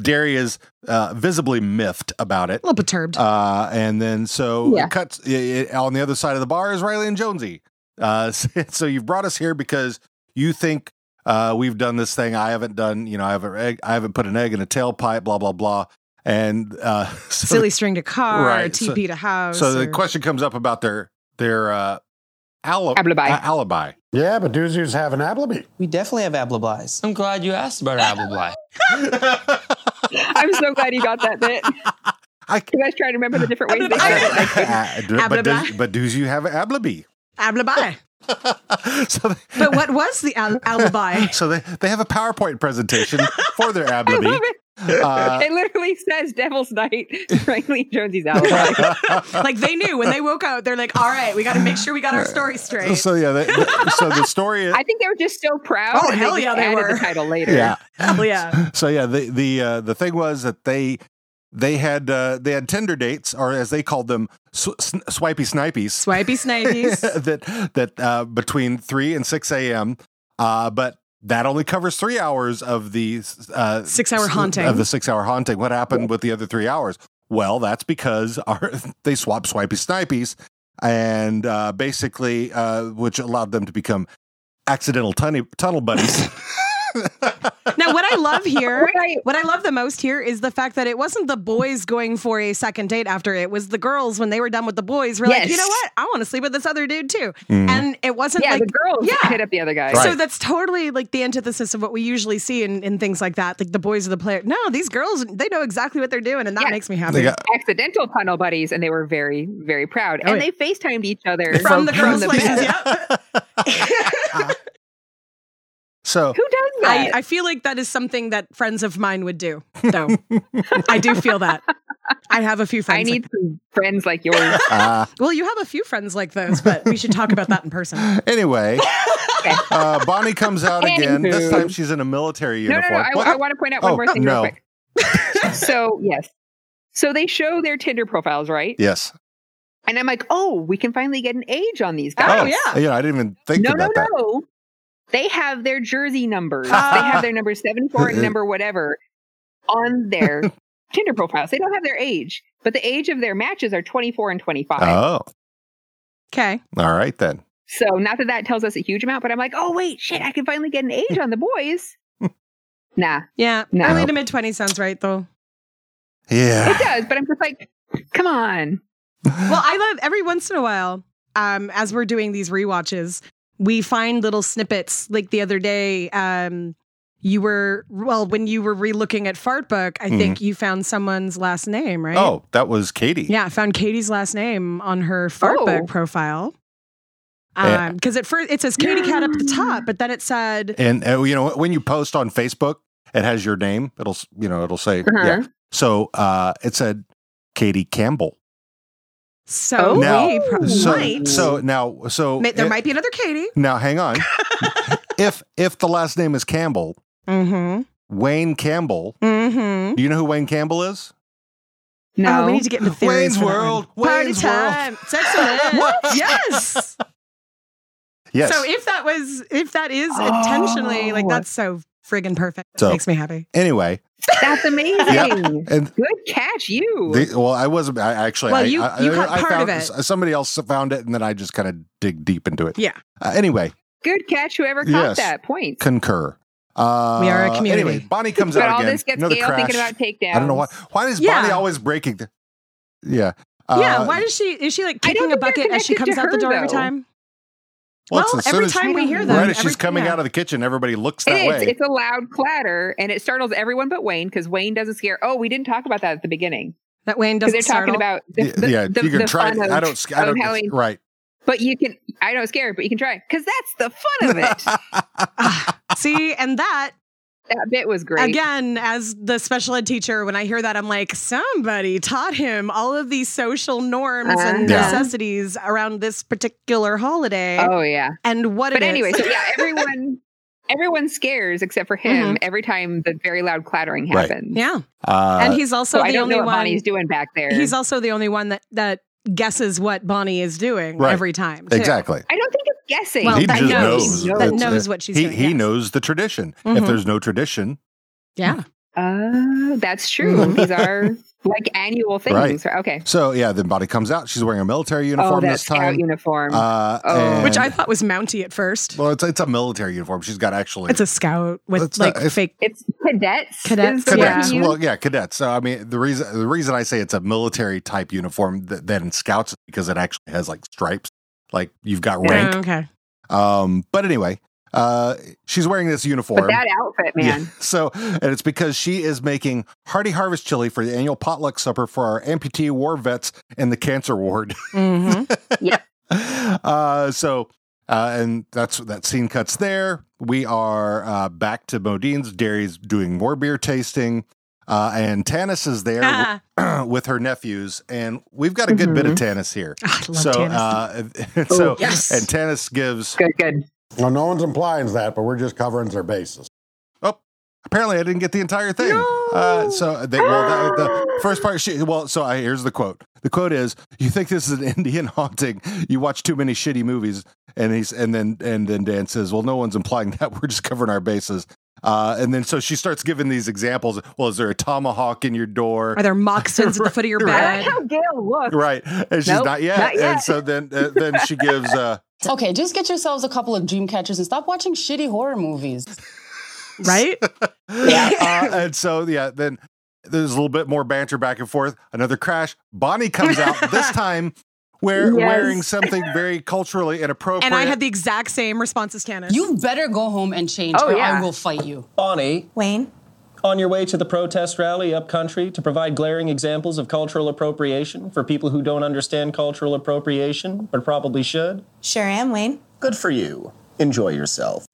S2: Derry is uh, visibly miffed about it.
S3: A little perturbed.
S2: Uh, and then so
S4: Yeah.
S2: it cuts i i on the other side of the bar is Riley and Jonesy. Uh, so you've brought us here because you think uh, we've done this thing. I haven't done, you know, I haven't, egg, I haven't put an egg in a tailpipe, blah, blah, blah. And uh, so,
S3: Silly string to car,
S2: Right, so-
S3: TP to house.
S2: so the
S3: or-
S2: question comes up about their, their, uh, ali-
S4: Alibi.
S2: uh, alibi.
S5: Yeah, but doozies have an ablaby.
S6: We definitely have ablablies. I'm glad you asked about ablabli.
S4: I'm so glad you got that bit.
S2: I,
S4: You guys trying to remember the different ways they said it. Like,
S2: Uh, do- but, does,
S3: Ablabi.
S2: but does you have ablaby?
S3: alibi.
S2: so they,
S3: But what was the al- alibi?
S2: so they, they have a PowerPoint presentation for their ablaby. Uh,
S4: it literally says Devil's Night, Franklin Jonesy's alibi.
S3: like they knew when they woke up, they're like, "All right, we got to make sure we got our story straight."
S2: so yeah, they, so the story is
S4: I think they were just so proud.
S3: Oh,
S4: and
S3: hell
S4: they just
S3: yeah, they
S4: added
S3: were.
S4: the title later.
S2: yeah.
S3: Hell yeah!
S2: So yeah, the the uh, the thing was that they they had uh, they had Tinder dates or as they called them sw- sn- swipey snipies.
S3: Swipey snipies.
S2: that that uh, between three and six a.m. Uh, but that only covers three hours of the uh,
S3: Six-hour haunting.
S2: of the six-hour haunting. What happened with the other three hours? Well, that's because our, they swapped swipey snipies, and uh, basically, uh, which allowed them to become accidental tunny, tunnel buddies.
S3: Now, what I love here,
S4: Right.
S3: what I love the most here is the fact that it wasn't the boys going for a second date after it was the girls when they were done with the boys. Were like,
S4: Yes.
S3: you know what? I want to sleep with this other dude too.
S2: Mm-hmm.
S3: And it wasn't
S4: Yeah,
S3: like
S4: the girls
S3: yeah.
S4: hit up the other guys.
S3: So that's totally like the antithesis of what we usually see in, in things like that. Like the boys are the player. No, these girls, they know exactly what they're doing, and that
S4: Yeah.
S3: makes me happy.
S2: They got-
S4: accidental tunnel buddies, and they were very, very proud. and
S3: Oh, yeah.
S4: they FaceTimed each other
S3: from the girls'
S4: the
S3: places.
S4: bed.
S3: Yep.
S2: so
S4: Who does
S3: I,
S4: that?
S3: I feel like that is something that friends of mine would do, though. I do feel that. I have a few
S4: I,
S3: friends. like-
S4: need some friends like yours.
S2: uh,
S3: well, you have a few friends like those, but we should talk about that in person.
S2: anyway, uh, Bonnie comes out again. This
S4: Anywho.
S2: time she's in a military
S4: no,
S2: uniform.
S4: no, no. I,
S2: What?
S4: I want to point out one
S2: Oh,
S4: more thing
S2: no.
S4: real quick. so yes, so they show their Tinder profiles, right?
S2: yes.
S4: And I'm like, oh, we can finally get an age on these guys.
S3: Oh, yeah.
S2: You know, I didn't even think
S4: no, no,
S2: about that.
S4: no. They have their jersey numbers. they have their number seven four
S2: Mm-hmm.
S4: and number whatever on their Tinder profiles. They don't have their age, but the age of their matches are 24 and 25.
S2: Oh,
S3: Okay.
S2: all right then.
S4: So not that that tells us a huge amount, but I'm like, oh wait, shit, I can finally get an age on the boys. nah,
S3: Yeah.
S4: No.
S3: Early to mid 20s sounds right, though.
S2: Yeah.
S4: it does, but I'm just like, come on.
S3: Well, I love every once in a while, um, as we're doing these rewatches, we find little snippets. Like the other day, um, you were, well, when you were re looking at Fartbook, I think you found someone's last name, right?
S2: Mm-hmm. Oh, that was Katie.
S3: Yeah, I found Katie's last name on her Fartbook
S4: Oh.
S3: profile.
S2: Yeah.
S3: Because at first it says Katie Cat up at the top, but then it said,
S2: And uh, you know, when you post on Facebook, it has your name. It'll s- you know, it'll say
S4: Uh-huh.
S2: yeah. So uh, it said Katie Campbell.
S3: so
S4: Oh.
S2: Now-
S3: we pro-
S2: So
S3: might.
S2: so eh now so
S3: ma- there
S2: it-
S3: might be another Katie.
S2: now hang on. if if the last name is Campbell,
S3: Mm
S2: Wayne Campbell.
S3: hmm. Mm hmm.
S2: Do you know who Wayne Campbell is?
S4: No,
S3: Oh, we need to get into theories.
S2: Wayne's
S3: for that one.
S2: World.
S3: Party
S2: Wayne's
S3: time. It's excellent. yes.
S2: Yes. Oh.
S3: So if that was, if that is intentionally, like that's so friggin' perfect.
S2: So-
S3: Makes me happy.
S2: anyway,
S4: that's amazing.
S2: and
S4: Good catch, you.
S2: the, well, I wasn't. I actually,
S3: Well,
S2: I,
S3: you-
S2: I,
S3: you
S2: I,
S3: caught
S2: I
S3: part
S2: found
S3: of it.
S2: s- somebody else found it, and then I just kind of dig deep into it.
S3: Yeah.
S2: Uh, anyway,
S4: Good catch, whoever caught
S2: Yes.
S4: that point.
S2: concur. Uh,
S3: We are a community.
S2: Anyway, Bonnie comes
S4: But
S2: out
S4: all
S2: again.
S4: this gets
S2: Another
S4: Gail
S2: crash.
S4: thinking about takedowns.
S2: I don't know why. Why is
S3: Yeah.
S2: Bonnie always breaking? The, yeah. Uh,
S3: yeah. Why does she, is she like
S4: I don't
S3: kicking a
S4: think they're
S3: bucket as she
S4: connected
S3: comes
S4: to
S3: out the door
S4: her,
S3: every
S4: though.
S3: time?
S2: well,
S3: Well,
S2: it's as soon
S3: every
S2: as-
S3: time we hear them.
S2: Right as
S3: every-
S2: she's coming
S3: yeah.
S2: out of the kitchen, everybody looks
S4: It
S2: that
S4: is.
S2: way.
S4: It's a loud clatter, and it startles everyone but Wayne because Wayne doesn't scare. Oh, we didn't talk about that at the beginning
S3: That Wayne
S4: because
S3: doesn't
S4: they're talking
S3: startle.
S4: about the,
S2: Yeah,
S4: the-
S2: yeah,
S4: the-
S2: you can
S4: the
S2: try.
S4: fun of-
S2: I don't. sc- I
S4: of
S2: don't.
S4: Halloween.
S2: Right.
S4: But you can. I don't scare, but you can try because that's the fun of it.
S2: Ah,
S3: See, and that
S4: that bit was great.
S3: again, as the special ed teacher, when I hear that, I'm like, somebody taught him all of these social norms and
S2: Yeah.
S3: necessities around this particular holiday.
S4: Oh yeah.
S3: And eh? what?
S4: But
S3: it is.
S4: anyway, so yeah, everyone. Everyone scares except for him every time the very loud clattering
S2: Right.
S4: happens.
S3: Mm-hmm. yeah.
S2: Uh,
S3: and he's also
S4: So, I
S3: the
S4: don't
S3: only
S4: know what
S3: one.
S4: Bonnie's doing back there.
S3: He's also the only one that that guesses what Bonnie is doing
S2: Right.
S3: every time. too.
S2: exactly.
S4: I don't think it's guessing.
S3: Well,
S2: he
S3: that
S2: just knows.
S3: knows- that
S2: It's-
S3: knows what she's
S2: he,
S3: doing,
S2: He
S3: yes.
S2: knows the tradition. If
S3: Mhm.
S2: there's no tradition,
S3: Yeah.
S4: Oh, that's true. These are like annual things. Okay.
S2: so yeah, then Bonnie comes out. She's wearing a military
S4: Oh,
S2: uniform
S4: that
S2: this
S4: scout
S2: time.
S4: uniform.
S2: Uh,
S4: Oh.
S2: and-
S3: Which I thought was Mounty at first.
S2: well, it's it's a military uniform. She's got actually
S3: It's a scout with
S2: It's
S3: like
S2: not- it's-
S3: fake.
S4: It's cadets.
S3: Cadets,
S4: is the
S2: cadets.
S4: term used.
S2: Well, yeah, cadets. So I mean, the reason the reason I say it's a military type uniform th- than scouts is because it actually has like stripes, like you've got
S4: Yeah.
S2: rank.
S3: Oh, okay.
S2: Um, but anyway, uh, she's wearing this uniform.
S4: but that outfit,
S2: Yeah.
S4: man.
S2: So, and it's because she is making hearty harvest chili for the annual potluck supper for our amputee war vets in the cancer ward.
S3: Mhm.
S2: uh, so, uh, and that's that scene cuts there. We are uh, back to Modine's. Derry's doing more beer tasting. Uh, and Tanis is there
S3: Ah.
S2: with her nephews, and we've got a good bit of Tanis here.
S3: Ah, I love
S2: so,
S3: Tannis. Oh,
S2: Uh, so,
S3: yes.
S2: and Tanis gives.
S4: Good, good.
S5: No, no one's implying that, but we're just covering their bases.
S2: Oh, apparently I didn't get the entire thing. Uh, so they, well, the, the first part. She, well, so I, here's the quote. The quote is, "You think this is an Indian haunting? You watch too many shitty movies." And he's and then and then Dan says, "Well, no one's implying that. We're just covering our bases." Uh, and then so she starts giving these examples. Well, is there a tomahawk in your door?
S3: Are there moccasins at the foot of your
S2: Right.
S4: I
S3: bed?
S4: like how Gail looks.
S2: Right, and she's
S4: Nope,
S2: not, yet.
S4: not yet.
S2: And so then, uh, then she gives. Uh,
S10: Okay, just get yourselves a couple of dream catchers and stop watching shitty horror movies.
S3: right?
S2: Yeah. uh, and so, yeah, then there's a little bit more banter back and forth. Another crash. Bonnie comes out this time wear,
S4: Yes.
S2: wearing something very culturally inappropriate.
S3: and I had the exact same response as Candace.
S10: You better go home and change,
S4: Oh,
S10: or
S4: yeah.
S10: I will fight you.
S11: Bonnie,
S8: Wayne?
S11: on your way to the protest rally upcountry to provide glaring examples of cultural appropriation for people who don't understand cultural appropriation, but probably should.
S8: Sure am, Wayne.
S11: Good for you. Enjoy yourself.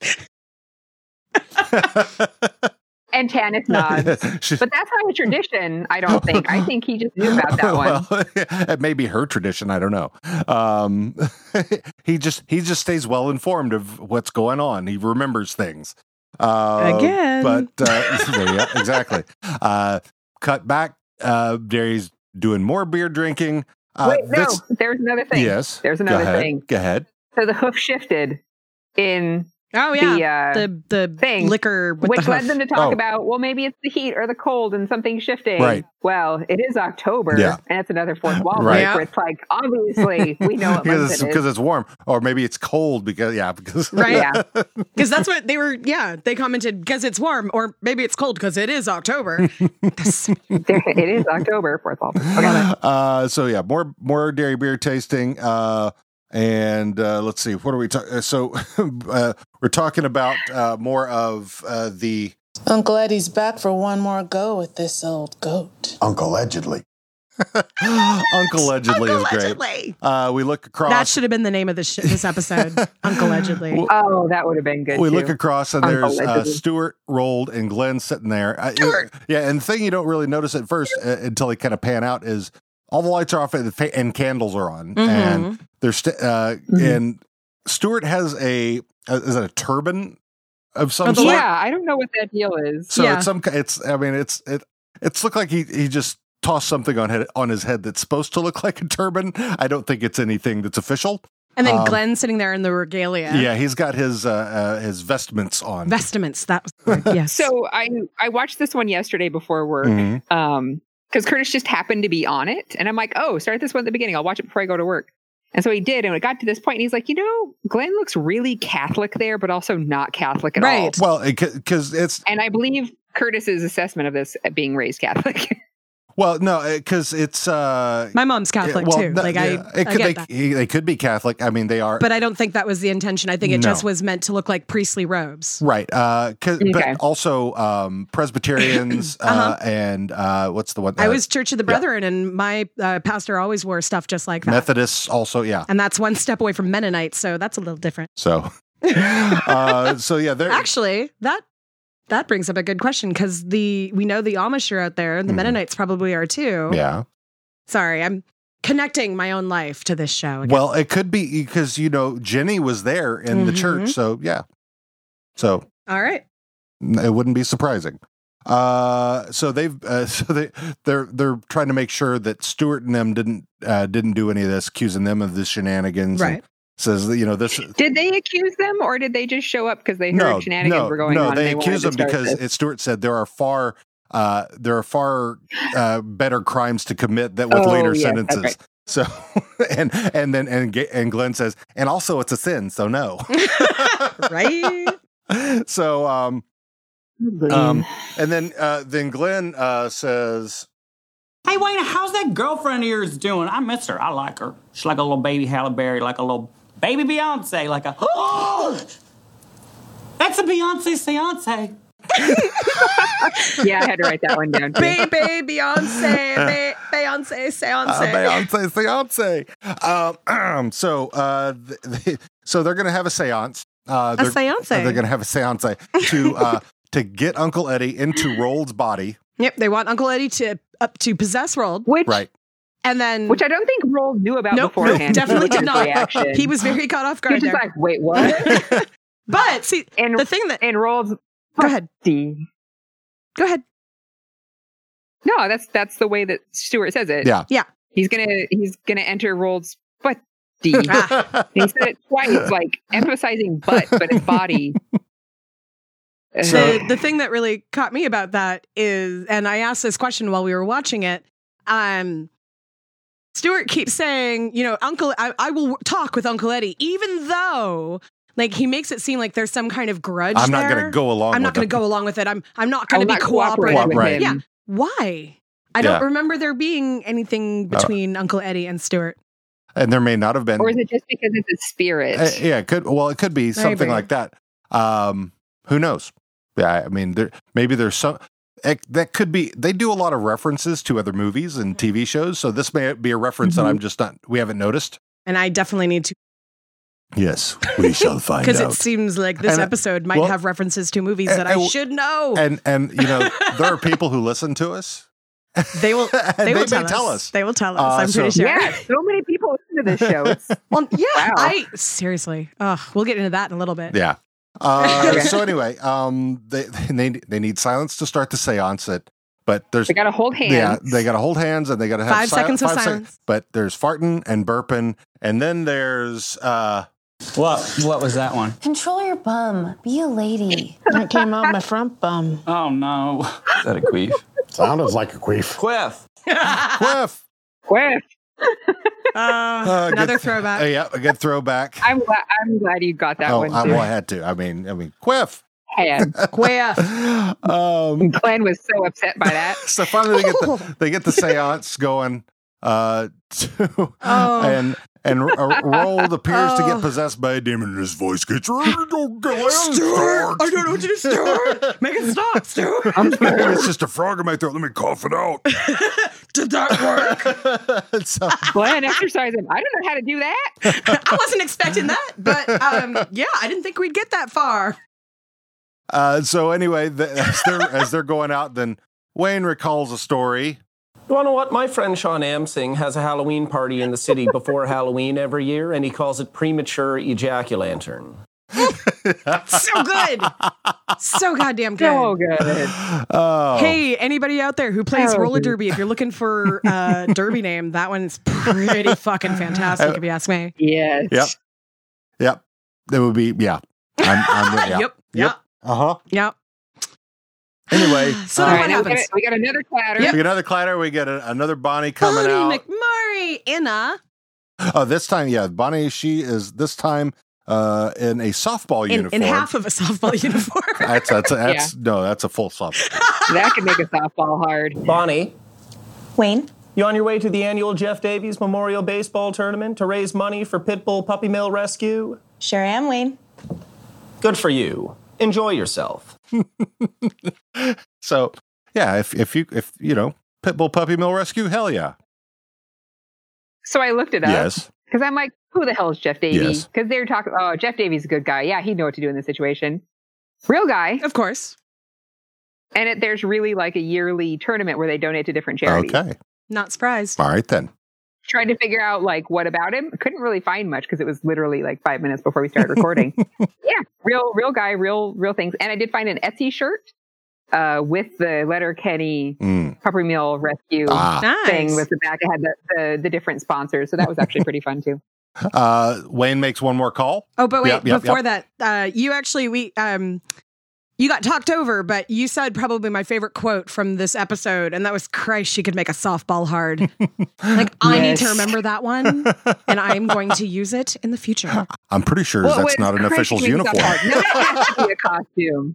S4: And Tanith nods.
S2: She-
S4: But that's not a tradition, I don't think. I think he just knew about that one.
S2: Well, it may be her tradition. I don't know. Um, he just he just stays well informed of what's going on. He remembers things. Uh,
S3: Again.
S2: but uh, yeah, exactly. Uh, cut back. Uh, Derry's doing more beer drinking. Uh,
S4: Wait, no,
S2: this-
S4: there's another thing.
S2: Yes.
S4: There's
S2: Go
S4: another
S2: ahead.
S4: thing.
S2: Go ahead.
S4: So the hoof shifted in
S3: oh yeah,
S4: the, uh,
S3: the the
S4: thing,
S3: liquor, with
S4: which
S3: the
S4: led
S3: hoof.
S4: them to talk
S2: Oh.
S4: about well maybe it's the heat or the cold and something shifting
S2: Right.
S4: well it is october
S2: Yeah.
S4: and it's another fourth wall
S2: Right.
S4: break where it's like obviously we know what
S2: because
S4: month
S2: it's,
S4: it
S2: because
S4: is
S2: it's warm, or maybe it's cold. Because yeah, because
S3: Right.
S4: yeah
S3: because that's what they were. Yeah, they commented because it's warm, or maybe it's cold because it is October.
S4: there- it is october fourth wall break. Okay.
S2: uh, so yeah, more more dairy beer tasting. Uh, and uh, let's see, what are we talking? So uh, we're talking about uh, more of uh, the
S8: Uncle Eddie's back for one more go with this old goat.
S5: Uncle allegedly.
S2: Uncle Allegedly is great.
S3: Allegedly.
S2: Uh, we look across.
S3: that should have been the name of this sh- this episode. Uncle allegedly.
S2: Well,
S4: oh that would have been good
S2: we
S4: too.
S2: look across and
S4: Uncle
S2: there's uh,
S4: Allegedly.
S2: Stuart, Rolled, and Glenn sitting there. Uh, yeah, and the thing you don't really notice at first uh, until they kind of pan out is all the lights are off and, the fa- and candles are on, and they're st- uh,
S4: Mm-hmm.
S2: and Stuart has a uh, is it a turban of some sort?
S4: yeah i don't know what that deal is
S2: So
S3: Yeah.
S2: it's some. ki- It's. I mean, it's. It. It's looked like he. He just tossed something on head on his head that's supposed to look like a turban. I don't think it's anything that's official.
S3: and then
S2: um,
S3: Glenn sitting there in the regalia.
S2: Yeah, he's got his uh, uh his vestments on.
S3: Vestiments. That was the word, yes.
S4: so i i watched this one yesterday before work
S2: Mhm.
S4: um because curtis just happened to be on it and i'm like oh start this one at the beginning i'll watch it before i go to work and so he did and it got to this point and he's like you know glenn looks really catholic there but also not catholic at all
S3: Right.
S2: Well, because it's
S4: and i believe curtis's assessment of this uh, being raised catholic
S2: well no because it's uh
S3: my mom's Catholic
S2: well,
S3: too.
S2: no,
S3: like
S2: yeah,
S3: I,
S2: it
S3: I
S2: could,
S3: get
S2: they,
S3: that.
S2: he- they could be Catholic. I mean, they are
S3: but I don't think that was the intention. I think it
S2: No.
S3: just was meant to look like priestly robes.
S2: right. Uh, 'cause-
S4: Okay.
S2: but also um Presbyterians uh
S3: Uh-huh.
S2: and uh what's the one? uh,
S3: I was Church of the Brethren, and my uh, pastor always wore stuff just like that.
S2: Methodists also. Yeah.
S3: And that's one step away from Mennonite, so that's a little different.
S2: So. uh, so yeah, they're
S3: Actually, that that brings up a good question because the we know the Amish are out there, and the
S2: Mhm.
S3: Mennonites probably are too.
S2: yeah.
S3: Sorry, I'm connecting my own life to this show. Again.
S2: Well, it could be because you know Jenny was there in
S3: Mm-hmm.
S2: the church, so yeah, so
S3: All right.
S2: n- it wouldn't be surprising. Uh, so they've uh, so they they're they're trying to make sure that Stuart and them didn't uh, didn't do any of this, accusing them of the shenanigans. and
S3: Right.
S2: Says that, you know this.
S4: Did they accuse them, or did they just show up because they heard
S2: No,
S4: shenanigans
S2: no,
S4: were going
S2: no.
S4: on?
S2: They
S4: and wanted
S2: accuse
S4: to
S2: them
S4: start
S2: because
S4: this?
S2: it, Stuart said there are far uh, there are far uh, better crimes to commit that with
S4: Oh,
S2: later
S4: yes, that's
S2: sentences.
S4: right.
S2: So and and then and Ga- and Glenn says and also it's a sin, so no.
S3: Right.
S2: so um um and then uh then glenn uh says
S11: Hey, Wayne, how's that girlfriend of yours doing? I miss her. I like her. She's like a little baby Halle Berry, like a little baby Beyonce, like a. That's a Beyonce seance.
S4: yeah, I had to write that one down. Too.
S3: Baby Beyonce, ba- Beyonce, seance.
S2: uh, beyonce beyonce um so uh th- th- so they're gonna have a seance uh
S3: a
S2: they're,
S3: seance.
S2: they're gonna have a seance to uh to get uncle eddie into rold's body
S3: Yep, they want Uncle Eddie to up to possess Rold,
S4: Which,
S2: right
S3: and then
S4: which I don't think Roll knew about
S3: Nope, nope,
S4: beforehand.
S3: definitely did
S4: His
S3: not.
S4: Reaction.
S3: he was very caught off
S4: He
S3: guard
S4: was
S3: there.
S4: just like, "Wait, what?"
S3: but see,
S4: and
S3: the thing that
S4: and Roll's
S3: go ahead,
S4: D.
S3: go ahead.
S4: No, that's that's the way that Stuart says it.
S2: Yeah.
S3: Yeah.
S4: He's gonna he's gonna enter Roll's butt D. And
S3: Ah.
S4: he said it twice, like emphasizing butt, but it's body. Uh,
S2: So-
S3: the, the thing that really caught me about that is, and I asked this question while we were watching it. Um, Stuart keeps saying, you know, Uncle, I, I will talk with Uncle Eddie, even though Like he makes it seem like there's some kind of grudge.
S2: I'm not gonna
S3: there.
S2: go along
S3: I'm not
S2: with
S3: going
S2: it.
S3: to go along with it. I'm I'm not going to
S4: I'm
S3: be
S4: not cooperating
S3: cooperating.
S2: with Right. him.
S3: Yeah. Why? I don't
S2: Yeah.
S3: remember there being anything
S2: Uh,
S3: between Uncle Eddie and Stuart.
S2: and there may not have been
S4: Or is it just because it's a spirit?
S2: Uh, yeah, it could well, it could be something
S3: Maybe.
S2: like that. Um, who knows? Yeah, I mean, there maybe there's some it, that could be. They do a lot of references to other movies and TV shows, so this may be a reference
S3: Mm-hmm.
S2: that I'm just not. We haven't noticed.
S3: And I definitely need to
S2: Yes, we shall find
S3: because it seems like this
S2: And, uh,
S3: episode might
S2: well-
S3: have references to movies
S2: and-
S3: that I
S2: and-
S3: should know.
S2: And and you know, there are people who listen to us.
S3: they will.
S2: and
S3: They, will
S2: may
S3: tell, us. They will tell us.
S2: Uh,
S3: I'm pretty
S2: so-
S3: sure.
S4: Yeah, so many people listen to this show. It's
S3: Well, yeah.
S4: Wow.
S3: I seriously. Ugh, we'll get into that in a little bit.
S2: Yeah. Uh,
S4: Okay.
S2: so anyway, um, they they they need silence to start the séance. It, but there's
S4: They got to hold hands.
S2: Yeah, they got to hold hands and they got to have
S3: Five
S2: sil-
S3: seconds of
S2: sec-
S3: silence.
S2: but there's farting and burping, and then there's uh,
S6: What? What was that one?
S7: Control your bum. Be a lady.
S8: That came out my front bum.
S6: Oh no.
S9: Is that a queef?
S5: Sounded like a queef.
S6: Quiff.
S2: quiff.
S4: Quiff.
S3: Uh,
S2: Uh, good-
S3: another
S2: Uh,
S3: throwback.
S2: yeah, a good throwback.
S4: I'm glad. I'm glad you got that
S2: oh,
S4: one.
S2: I,
S4: too.
S2: well, I had to. I mean, I mean, quiff.
S4: Hand.
S3: Quiff.
S2: um,
S4: Glenn was so upset by that.
S2: so finally they get the they get the séance going. Uh, to,
S3: Oh.
S2: and and R- R- Rold appears to
S3: Oh.
S2: get possessed by a demon, and his voice gets. Stuart,
S3: Stuart, I don't know what to do, Stuart. Make it stop, Stuart.
S2: it's just a frog in my throat. Let me cough it out.
S3: Did that work?
S2: so,
S4: Glenn, exercise him. I don't know how to do that.
S3: I wasn't expecting that, but um, yeah, I didn't think we'd get that far.
S2: Uh, so anyway, the, as they're as they're going out, then Wayne recalls a story.
S11: You wanna know what? My friend Sean Amsing has a Halloween party in the city before Halloween every year, and he calls it premature ejaculantern.
S3: So good, so goddamn good.
S4: So good.
S2: Oh,
S3: Hey, anybody out there who plays
S4: Oh,
S3: roller
S4: dude.
S3: derby, if you're looking for a derby name, that one's pretty fucking fantastic, if you ask me.
S4: Yes.
S2: Yep. yep, that would be yeah. I'm, I'm, yeah.
S3: Yep,
S2: Yep.
S3: yep,
S2: Uh huh.
S3: yep.
S2: Anyway,
S3: So
S2: uh,
S4: All
S3: What
S4: right, now we, got,
S3: happens?
S4: we got another clatter.
S2: we get another clatter. We get a, another Bonnie coming
S3: Bonnie
S2: out.
S3: McMurray in a
S2: oh, this time, yeah, Bonnie. She is this time uh, in a softball
S3: in,
S2: uniform.
S3: in half of a softball uniform.
S2: that's that's that's no, that's a full softball.
S4: That could make a softball hard.
S11: Bonnie,
S8: Wayne?
S11: you on your way to the annual Jeff Davies Memorial Baseball Tournament to raise money for Pitbull Puppy Mill Rescue?
S8: Sure am, Wayne.
S11: Good for you. Enjoy yourself.
S2: So yeah, if if you if you know Pitbull Puppy Mill Rescue, hell yeah,
S4: So I looked it up.
S2: yes,
S4: Because I'm like, who the hell is Jeff Davies?
S2: Yes.
S4: Because they're talking, oh, Jeff Davies is a good guy. Yeah, he'd know what to do in this situation. Real guy.
S3: of course,
S4: And it, there's really like a yearly tournament where they donate to different charities.
S2: okay,
S3: not surprised.
S2: all right then.
S4: Tried to figure out like what about him. Couldn't really find much because it was literally like five minutes before we started recording. yeah, real, real guy, real, real things. And I did find an Etsy shirt uh, with the letter Kenny
S2: Mm.
S4: Pupper Meal Rescue
S2: Ah.
S3: Nice.
S4: thing with the back. It had the, the, the different sponsors. So that was actually pretty fun too.
S2: Uh, Wayne makes one more call.
S3: Oh, but wait,
S2: Yep, yep,
S3: before that, uh, you actually we um you got talked over, but you said probably my favorite quote from this episode, and that was Christ, she could make a softball hard. like I need to
S4: Yes.
S3: remember that one, and I'm going to use it in the future.
S2: I'm pretty sure
S4: What
S2: that's
S4: was
S2: not an
S4: Chris
S2: official's
S4: Green's
S2: uniform.
S4: up- No, that has to be a costume.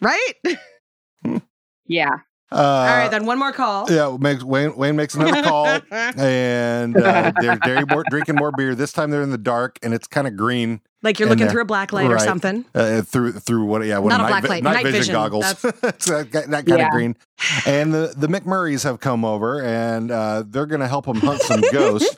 S3: Right?
S4: Yeah.
S2: Uh,
S3: All right, then one more call.
S2: Yeah, makes, Wayne, Wayne makes another call, and uh, they're, they more, drinking more beer. This time they're in the dark, and it's kind of green
S3: Like you're
S2: in
S3: looking
S2: there.
S3: through a black light or
S2: Right.
S3: something.
S2: uh, through through what? Yeah, what
S3: Not a
S2: night,
S3: black
S2: vi-
S3: light,
S2: night
S3: night
S2: vision,
S3: vision.
S2: goggles. it's that, that kind
S4: Yeah.
S2: of green. And the the McMurrays have come over, and uh, they're going to help them hunt some ghosts.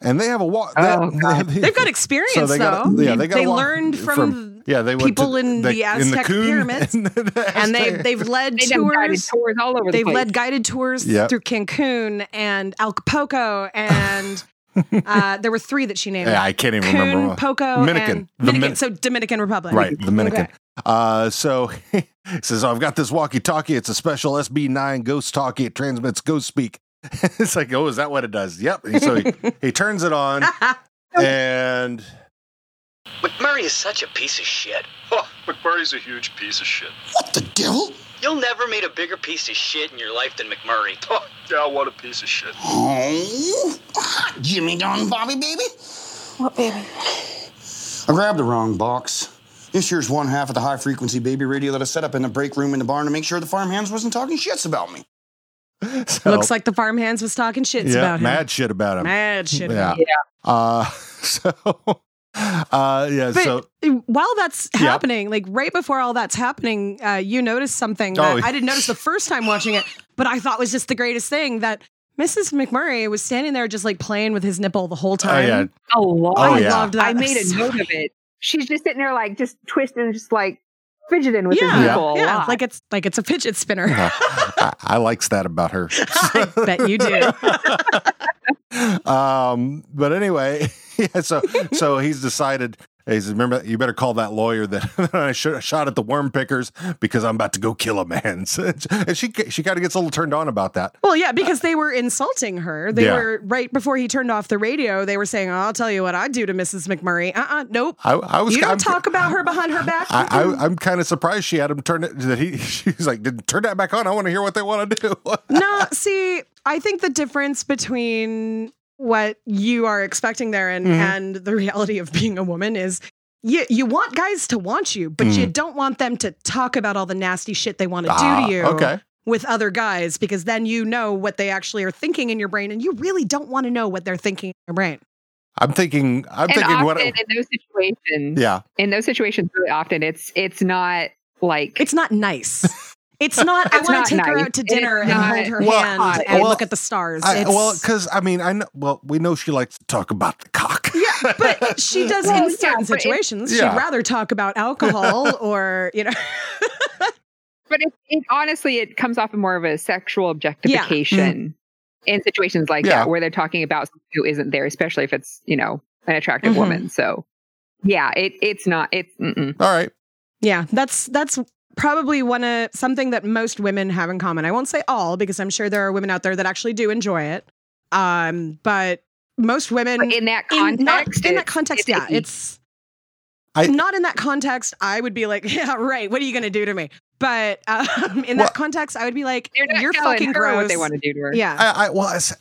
S2: And they have a walk.
S4: Oh, God.
S3: They've got experience
S2: So they got,
S3: though.
S2: yeah, they, got
S3: They
S2: a walk
S3: learned from
S2: yeah, they went
S3: people
S2: to
S3: in the Aztec
S2: Coon
S3: pyramids,
S2: and, the- the
S3: and they
S2: Aztec-
S3: they've led
S4: They done guided
S3: tours.
S4: tours all over
S3: They've
S4: the place.
S3: led guided tours
S2: Yep.
S3: through Cancun and Acapulco, and uh, there were three that she named.
S2: Yeah, I can't even remember.
S3: Cancun,
S2: what-
S3: Poco,
S2: Dominican.
S3: and
S2: The
S3: Dominican.
S2: Min-
S3: so Dominican Republic.
S2: Right, Dominican.
S3: Okay.
S2: Uh, so he says, I've got this walkie talkie. It's a special SB9 ghost talkie. It transmits ghost speak. it's like, oh, is that what it does? Yep. And so he, he turns it on and
S10: McMurray is such a piece of shit.
S9: Oh, McMurray's a huge piece of shit.
S5: What the devil?
S10: You'll never meet a bigger piece of shit in your life than McMurray.
S9: Oh, yeah, what a piece of shit.
S5: Oh, hot Jimmy Don Bobby, baby.
S8: What, baby?
S5: I grabbed the wrong box. This here's one half of the high frequency baby radio that I set up in the break room in the barn to make sure the farmhands wasn't talking shits about me.
S2: So-
S3: Looks like the farmhands was talking shits
S2: yeah,
S3: about him.
S2: mad shit about him.
S3: Mad shit
S2: Yeah.
S3: about him.
S2: Uh, so, uh, yeah.
S3: But
S2: so
S3: while that's
S2: Yeah.
S3: happening, like right before all that's happening, uh, you notice something that
S2: Oh.
S3: I didn't notice the first time watching it, but I thought was just the greatest thing that Mrs. McMurray was standing there just like playing with his nipple the whole
S2: oh
S3: time.
S2: yeah,
S4: Oh, Lord.
S2: Oh,
S4: I
S2: yeah.
S4: loved that. I made a
S3: So
S4: note of it. She's just sitting there, like, just twisting, just like fidgeting with
S3: Yeah,
S4: his
S2: Yeah.
S4: nipple. a
S3: yeah,
S4: lot.
S3: like it's like it's a fidget spinner.
S2: Uh, I, I likes that about her.
S3: I bet you do.
S2: um, but anyway, yeah. So so he's decided. He says, "Remember, you better call that lawyer that that I should, shot at the worm pickers because I'm about to go kill a man." So, and she she kind of gets a little turned on about that.
S3: Well, yeah, because they were insulting her. They
S2: Uh, Yeah.
S3: were right before he turned off the radio. They were saying, "I'll tell you what I do to Mrs. McMurray." Uh, uh nope.
S2: I, I was
S3: you don't
S2: I'm-
S3: talk about her behind her back.
S2: I,
S3: Mm-mm.
S2: I, I'm kind of surprised she had him turn it. That he she's like, "Didn't turn that back on. I want to hear what they want to do."
S3: no, see, I think the difference between what you are expecting there and
S2: Mhm.
S3: and the reality of being a woman is you you want guys to want you, but you don't want them to talk about all the nasty shit they want to do
S2: Mm. Ah,
S3: to you.
S2: okay.
S3: With other guys, because then you know what they actually are thinking in your brain, and you really don't want to know what they're thinking in your brain.
S2: I'm thinking. I'm
S4: and
S2: thinking
S4: often
S2: what.
S4: in those situations,
S2: yeah.
S4: in those situations, really often it's it's not like
S3: It's not nice. It's not. I
S4: It's
S3: want
S4: not
S3: to take her
S4: nice.
S3: out to
S4: It's
S3: dinner and
S4: not-
S3: hold her
S2: Well,
S3: hand
S4: I-
S3: and
S2: well,
S3: look at the stars.
S2: I,
S3: It's-
S2: well, because I mean, I know. Well, we know she likes to talk about the cock. Yeah,
S3: but she does
S4: Well,
S3: in
S4: yeah,
S3: certain
S4: but it-
S3: situations.
S2: Yeah.
S3: She'd rather talk about alcohol or you know.
S4: but it, it honestly it comes off of more of a sexual objectification
S3: Mm-hmm.
S4: in situations like
S2: Yeah.
S4: that where they're talking about someone who isn't there especially if it's you know an attractive
S3: Mhm.
S4: woman so yeah it it's not it's mm-mm.
S2: All right.
S3: Yeah, that's that's probably one of something that most women have in common. I won't say all because I'm sure there are women out there that actually do enjoy it. Um, but most women
S4: But in that
S3: in-
S4: context
S3: not- in that
S4: it's-
S3: context, yeah,
S4: icky.
S3: it's
S2: I-
S3: not in that context. I would be like, yeah, right. What are you going to do to me? But um, in
S2: Well-
S3: that context, I would be like,
S4: they're not
S3: you're
S4: telling
S3: fucking
S4: her
S3: gross.
S4: what they want to do to her
S3: Yeah.
S2: I, I well, it's,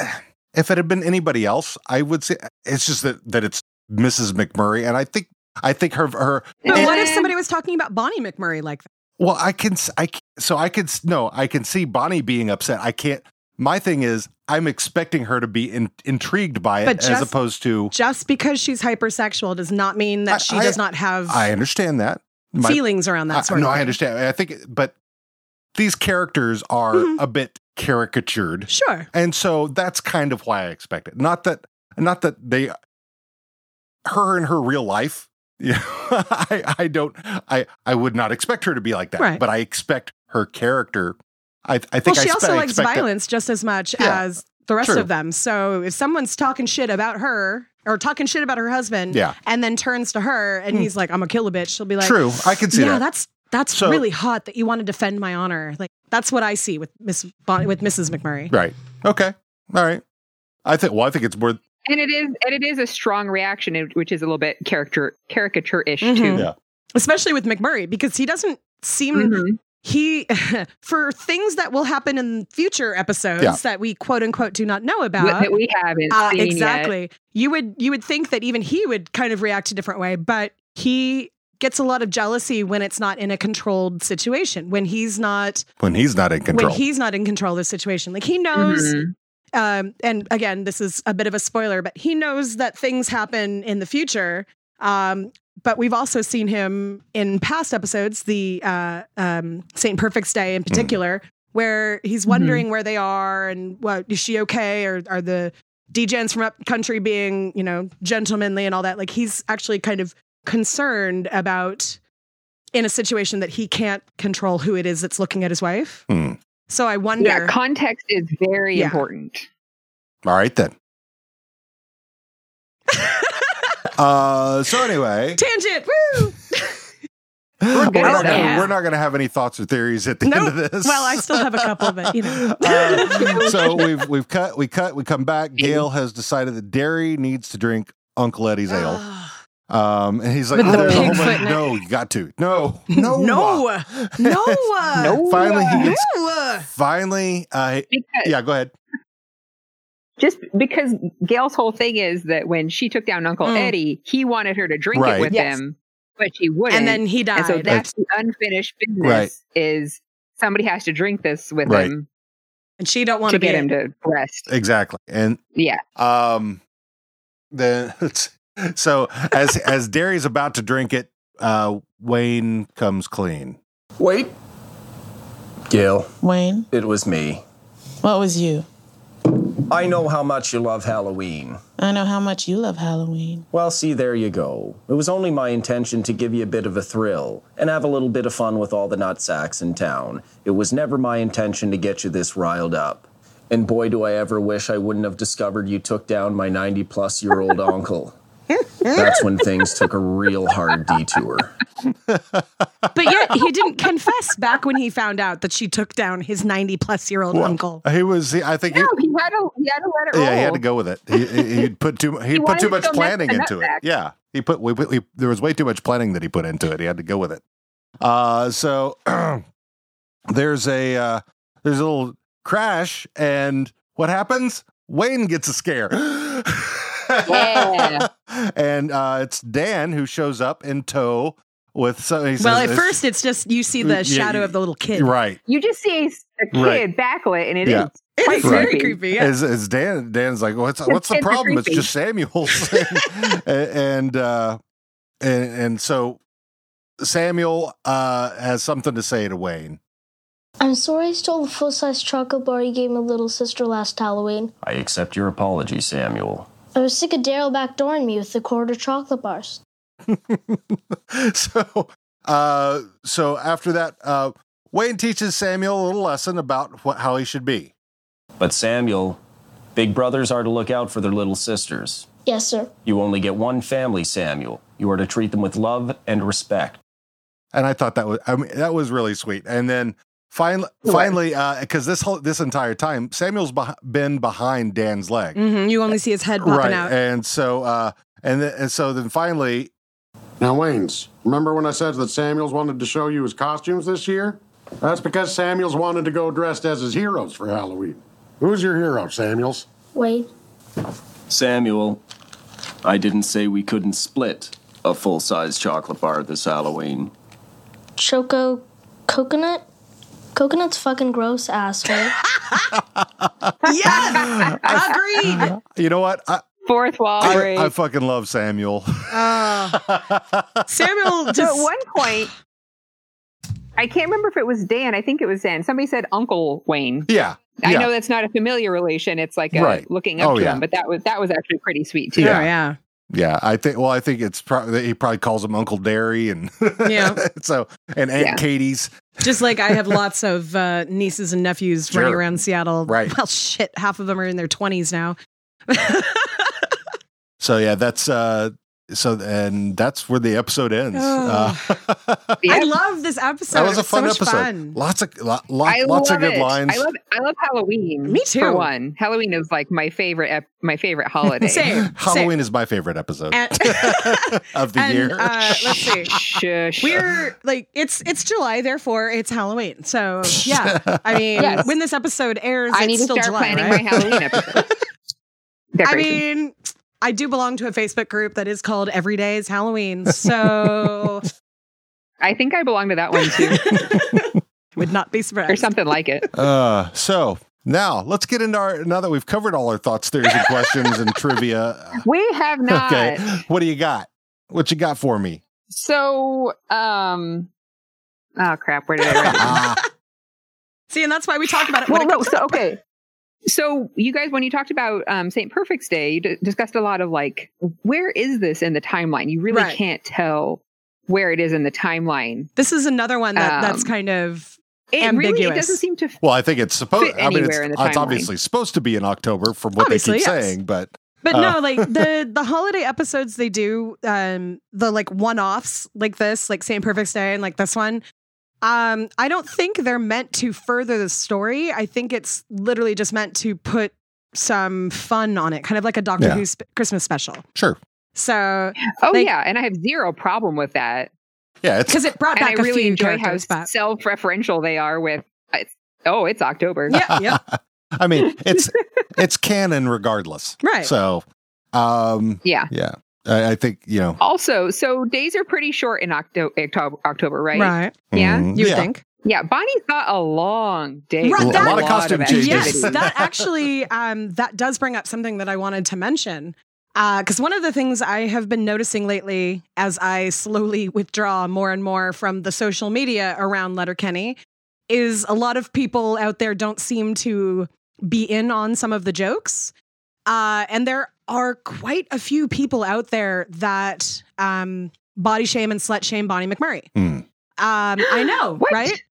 S2: if it had been anybody else, I would say it's just that that it's Mrs. McMurray, and I think I think her her.
S3: But
S4: And-
S3: what if somebody was talking about Bonnie McMurray like that?
S2: Well, I can s- I can- so I can s- no, I can see Bonnie being upset. I can't. My thing is, I'm expecting her to be in, intrigued by it
S3: But
S2: as
S3: just-
S2: opposed to.
S3: Just because she's hypersexual does not mean that
S2: I-
S3: she
S2: I-
S3: does not have
S2: I understand that. My-
S3: feelings around that
S2: I-
S3: sort
S2: no,
S3: of
S2: I
S3: thing.
S2: understand. I think, but these characters are
S3: Mhm.
S2: a bit caricatured,
S3: Sure.
S2: and so that's kind of why I expect it. Not that, not that they, her in her real life. Yeah, I, I don't, I, I would not expect her to be like that.
S3: Right.
S2: But I expect her character. I, I
S3: Well,
S2: think
S3: she
S2: I
S3: also
S2: expect,
S3: likes
S2: expect that-
S3: violence just as much
S2: Yeah.
S3: as the rest
S2: True.
S3: of them. So if someone's talking shit about her or talking shit about her husband
S2: Yeah. Hmm.
S3: and then turns to her and he's like, I'm a kill a bitch, she'll be like,
S2: True, I can see
S3: yeah,
S2: that.
S3: that's that's
S2: So-
S3: really hot that you want to defend my honor. Like that's what I see with Miss bon- with Mrs. McMurray.
S2: Right. Okay. All right. I think. Well, I think it's worth.
S4: and it is and it is a strong reaction it- which is a little bit character caricature-ish
S3: Mhm.
S4: too
S2: Yeah.
S3: Especially with McMurray, because he doesn't seem
S4: Mhm.
S3: he for things that will happen in future episodes
S2: Yeah.
S3: that we quote unquote do not know about.
S4: What- that we haven't
S3: Uh,
S4: seen yet.
S3: exactly. You would you would think that even he would kind of react a different way, but he gets a lot of jealousy when it's not in a controlled situation. When he's not
S2: When he's not in control.
S3: when he's not in control of the situation. Like he knows
S4: Mhm.
S3: um and again, this is a bit of a spoiler, but he knows that things happen in the future. Um but we've also seen him in past episodes, the uh, um, Saint Perfect's Day in particular, where he's wondering where they are and what is she okay or are the DJs from up country being, you know, gentlemanly and all that. Like he's actually kind of concerned about in a situation that he can't control who it is that's looking at his wife.
S2: Hmm.
S3: So I wonder.
S4: yeah context is very
S3: Yeah.
S4: important
S2: All right then. uh. So anyway,
S3: tangent. Woo!
S2: we're,
S4: good
S2: not
S4: at
S2: gonna,
S4: that.
S2: we're not gonna have any thoughts or theories at the
S3: Nope.
S2: end of this.
S3: Well, I still have a couple, but, you know.
S2: Uh, so we've we've cut we cut we come back. Gail has decided that Derry needs to drink Uncle Eddie's ale.
S3: Ah.
S2: Um, and he's like,
S3: With the
S2: "There's a whole
S3: pig
S2: bunch-
S3: foot in it.
S2: no, you got to, no, no,
S3: No. No.
S2: Finally, he gets.
S3: No.
S2: Finally, uh,
S4: because
S2: yeah, go ahead.
S4: Just because Gail's whole thing is that when she took down Uncle
S3: Mm.
S4: Eddie, he wanted her to drink
S2: Right.
S4: it with
S3: Yes.
S4: him, but she wouldn't.
S3: then he
S4: And so
S3: died.
S4: that's the unfinished business
S2: Right.
S4: is somebody has to drink this with
S2: Right.
S4: him
S3: and she don't want
S4: to
S3: be
S4: get him
S3: it.
S4: to rest.
S2: Exactly. And
S4: Yeah.
S2: um then so as as Derry's about to drink it, uh Wayne comes clean.
S11: Wait. Gail,
S8: Wayne,
S11: it was me.
S8: what was you?
S11: I know how much you love Halloween.
S8: I know how much you love Halloween.
S11: Well, see, there you go. It was only my intention to give you a bit of a thrill and have a little bit of fun with all the nutsacks in town. It was never my intention to get you this riled up. And boy, do I ever wish I wouldn't have discovered you took down my 90 plus year old uncle. That's when things took a real hard detour.
S3: But yet he didn't confess back when he found out that she took down his 90 plus year old
S2: Well,
S3: uncle.
S2: He was I think
S4: No,
S2: he,
S4: he had to, he had to let it roll.
S2: yeah, he had to go with it. He, he he put too he,
S4: He
S2: put
S4: wanted
S2: too
S4: to
S2: much
S4: go next
S2: planning
S4: to
S2: into it.
S4: Nutsack.
S2: Yeah, he put we, we, there was way too much planning that he put into it. He had to go with it. Uh, so there's a uh, there's a little crash, and what happens? Wayne gets a scare.
S4: Yeah.
S2: and uh, it's Dan who shows up in tow with some. he
S3: well,
S2: says
S3: at
S2: it's- Mm,
S3: first it's just you see
S2: Yeah,
S3: the shadow
S2: you-
S3: of the little kid.
S2: right?
S4: You just see a kid
S2: Right.
S4: backlit, and it is
S2: Yeah.
S4: quite
S3: It's very
S4: creepy.
S3: creepy. Yeah.
S2: Is, is Dan? Dan's like, what's what's the
S4: Kids are
S2: problem? It's
S4: creepy.
S2: just Samuel's, and and, uh, and and so Samuel uh, has something to say to Wayne.
S12: I'm sorry I stole the full size chocolate bar you gave my little sister last Halloween.
S11: I accept your apology, Samuel.
S12: I was sick of Daryl backdooring me with the quarter chocolate bars.
S2: so uh, so after that, uh, Wayne teaches Samuel a little lesson about what how he should be.
S11: But, Samuel, big brothers are to look out for their little sisters.
S12: Yes, sir.
S11: You only get one family, Samuel. You are to treat them with love and respect.
S2: and I thought that was I mean that was really sweet. And then finally,
S4: It was.
S2: finally, because this whole this entire time Samuel's beh- been behind Dan's leg,
S3: hmm You only see his head popping
S2: right?
S3: out.
S2: And so uh, and th- and so then finally,
S13: Now, Waynes, remember when I said that Samuels wanted to show you his costumes this year? That's because Samuels wanted to go dressed as his heroes for Halloween. Who's your hero, Samuels?
S12: Wait.
S11: Samuel, I didn't say we couldn't split a full size chocolate bar this Halloween.
S12: Choco coconut? Coconut's fucking gross, asshole.
S3: yes. Agreed.
S2: you know what? I,
S4: Fourth wall
S2: I,
S4: break.
S2: I fucking love Samuel.
S3: Uh, Samuel
S4: so at
S3: just
S4: one point, I can't remember if it was Dan. I think it was Dan. Somebody said Uncle Wayne.
S2: yeah,
S4: I
S2: yeah.
S4: know that's not a familiar relation. It's like a
S2: Right.
S4: looking up
S2: Oh,
S4: to
S2: yeah.
S4: him, but that was that was actually pretty sweet too.
S3: Oh,
S2: Yeah.
S3: yeah.
S2: Yeah, I think. Well, I think it's probably he probably calls him Uncle Derry, and
S3: Oh, Yeah.
S2: so and Aunt
S4: Yeah.
S2: Katie's
S3: Just like I have lots of uh, nieces and nephews
S2: Sure.
S3: running around Seattle.
S2: Right.
S3: Well, shit, half of them are in their 20s now.
S2: So yeah, that's uh, so and that's where the episode ends.
S3: Oh.
S2: Uh,
S4: Yeah.
S3: I love this episode.
S2: That was a
S3: It's so
S2: fun
S3: much
S2: episode.
S3: fun.
S2: Lots of lo- lo-
S4: I
S2: lots
S4: love
S2: of good
S4: it.
S2: lines.
S4: I love I love Halloween.
S3: Me too.
S4: For one, Halloween is like my favorite ep- my favorite holiday.
S3: Same.
S2: Halloween
S3: Same.
S2: is my favorite episode
S3: And-
S2: of the
S3: and,
S2: year.
S3: Uh, let's see.
S4: Shush.
S3: We're like it's it's July, therefore it's Halloween. So yeah, I mean,
S4: Yes.
S3: when this episode airs,
S4: I
S3: it's
S4: need to
S3: still
S4: start
S3: July,
S4: planning
S3: right?
S4: my Halloween episode.
S3: I
S4: Decorations.
S3: mean, I do belong to a Facebook group that is called Every Day is Halloween, so
S4: I think I belong to that one too,
S3: would not be
S4: or
S3: surprised.
S4: something like it.
S2: Uh, so now let's get into our. Now that we've covered all our thoughts, theories, and questions and trivia.
S4: We have not.
S2: Okay, what do you got? What you got for me?
S4: So, um, oh crap, where did I write it?
S2: Ah,
S3: See, and that's why we talk about it. when
S4: well,
S3: it
S4: no,
S3: comes
S4: so
S3: up.
S4: okay. So you guys, when you talked about um, St. Perfect's Day, you d- discussed a lot of like, where is this in the timeline? You really
S3: Right.
S4: can't tell where it is in the timeline.
S3: This is another one that that's
S4: Um,
S3: kind of
S4: It really it
S3: Ambiguous.
S4: doesn't seem to.
S2: well, I think it's supposed.
S4: Fit
S2: I mean, it's, uh,
S4: anywhere in the
S2: it's
S4: timeline.
S2: obviously supposed to be in October, from what
S3: Obviously,
S2: they keep
S3: yes.
S2: saying. But
S3: But
S2: Oh.
S3: no, like the the holiday episodes they do, um, the like one offs like this, like St. Perfect's Day and like this one. Um, I don't think they're meant to further the story. I think it's literally just meant to put some fun on it, kind of like a Doctor
S2: Yeah.
S3: Who sp- Christmas special.
S2: sure,
S3: So
S4: Oh
S3: like-
S4: yeah, and I have zero problem with that,
S2: yeah, it's
S3: because it brought
S4: and I
S3: back a
S4: really
S3: few
S4: enjoy how
S3: characters, but
S4: self-referential they are with. uh, It's, oh, it's October.
S3: yeah, yeah.
S2: I mean, it's it's canon regardless.
S4: Right.
S2: So, um,
S4: Yeah.
S2: yeah, I, I think you know.
S4: Also, so days are pretty short in Octo- October, October, right?
S3: Right.
S4: Yeah.
S2: Mhm. You would Yeah. think.
S4: Yeah. Bonnie's got a long day.
S3: Right,
S4: with
S3: that-
S4: activity.
S3: Yes, that actually um, that does bring up something that I wanted to mention. Because one of the things I have been noticing lately, as I slowly withdraw more and more from the social media around Letterkenny, is a lot of people out there don't seem to be in on some of the jokes, uh, and there are quite a few people out there that um, body shame and slut shame Bonnie McMurray.
S2: mm,
S3: Um, I know, right?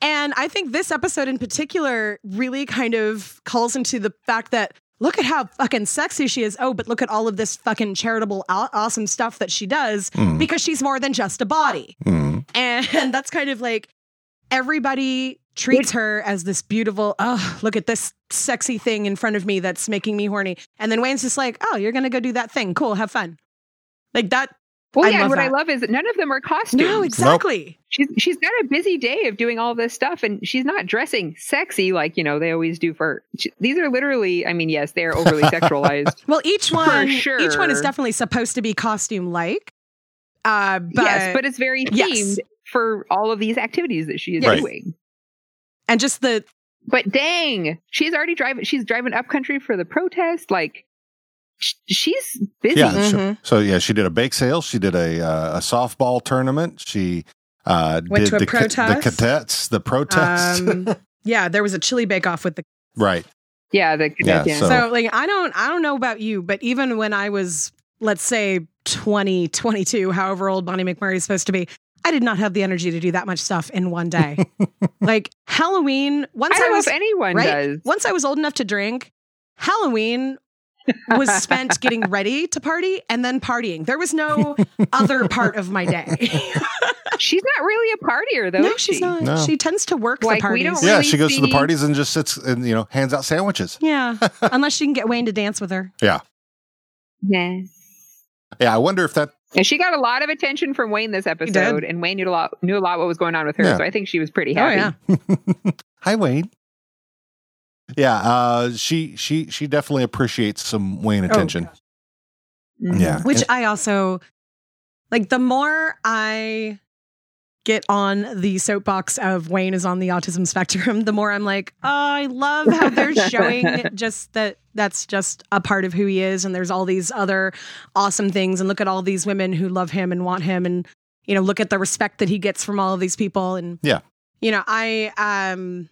S3: And I think this episode in particular really kind of calls into the fact that look at how fucking sexy she is. Oh, but look at all of this fucking charitable, aw- awesome stuff that she does
S14: Mm.
S3: because she's more than just a body.
S2: mm.
S3: And, that's kind of like everybody treats her as this beautiful, oh, look at this sexy thing in front of me that's making me horny. And then Wayne's just like, oh, you're going to go do that thing. Cool. Have fun. Like that.
S4: Well,
S3: I
S4: yeah. and
S3: love
S4: what I
S3: that.
S4: love is that none of them are costumes.
S3: No, exactly.
S4: She's she's got a busy day of doing all this stuff, and she's not dressing sexy like you know they always do for. She, these are literally, I mean, yes, they are overly sexualized.
S3: Well, each
S4: For
S3: one, each one is
S4: sure.
S3: definitely supposed to be costume like. Uh, but
S4: yes, but it's very themed
S3: Yes.
S4: for all of these activities that she is
S3: Yes.
S4: doing.
S3: And just the
S4: But dang, she's already driving she's driving upcountry for the protest like sh- she's busy.
S2: Yeah. so-
S3: Mm-hmm.
S2: So, yeah, she did a bake sale. She did a uh, a softball tournament. She uh,
S3: Went
S2: did
S3: to a
S2: the, ca-
S3: protest.
S2: the cadets, the protests.
S3: Um, yeah, there was a chili bake off with the
S2: right.
S4: Yeah, the
S2: Yeah, yeah.
S3: So,
S2: so-
S3: like I don't I don't know about you, but even when I was let's say 20, 22, however old Bonnie McMurray is supposed to be, I did not have the energy to do that much stuff in one day. like Halloween, once
S4: I
S3: I,
S4: don't know
S3: was
S4: if anyone
S3: right?
S4: does.
S3: Once I was old enough to drink, Halloween was spent getting ready to party and then partying. There was no other part of my day.
S4: she's not really a partier though.
S3: No,
S4: is
S3: she's
S4: she?
S3: not.
S2: No.
S3: She tends to work
S4: Like,
S3: the
S4: we
S3: parties.
S4: don't
S2: yeah, she goes to the
S4: see-
S2: parties and just sits and, you know, hands out sandwiches.
S3: Yeah, unless she can get Wayne to dance with her.
S2: Yeah.
S4: Yeah.
S2: Yeah. I wonder if that.
S4: And she got a lot of attention from Wayne this episode, and Wayne knew a lot knew a lot what was going on with her.
S2: Yeah.
S4: So I think she was pretty happy.
S2: Hi, Wayne. Yeah. Uh, she, she, she definitely appreciates some Wayne
S3: Oh,
S2: attention.
S4: Mm-hmm.
S3: Mhm.
S2: Yeah.
S3: Which
S2: And-
S3: I also like the more I get on the soapbox of Wayne is on the autism spectrum, the more I'm like, oh, I love how they're showing just that that's just a part of who he is. And there's all these other awesome things. And look at all these women who love him and want him. And, you know, look at the respect that he gets from all of these people. And,
S2: yeah.
S3: you know, I, um,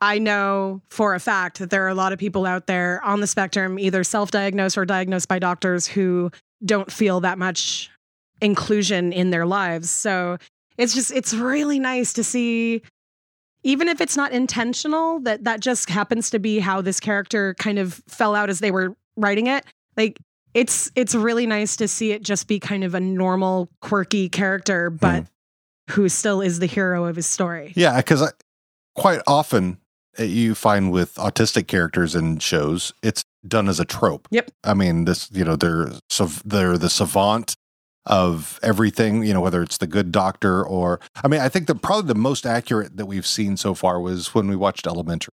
S3: I know for a fact that there are a lot of people out there on the spectrum, either self diagnosed or diagnosed by doctors, who don't feel that much inclusion in their lives. So it's just, it's really nice to see, even if it's not intentional, that that just happens to be how this character kind of fell out as they were writing it. Like, it's it's really nice to see it just be kind of a normal quirky character but who still is the hero of his story.
S2: Hmm. Yeah, because quite often uh, you find with autistic characters in shows, it's done as a trope.
S3: Yep.
S2: I mean, this you know they're sav- they're the savant of everything. You know, whether it's the good doctor or I mean, I think the probably the most accurate that we've seen so far was when we watched Elementary.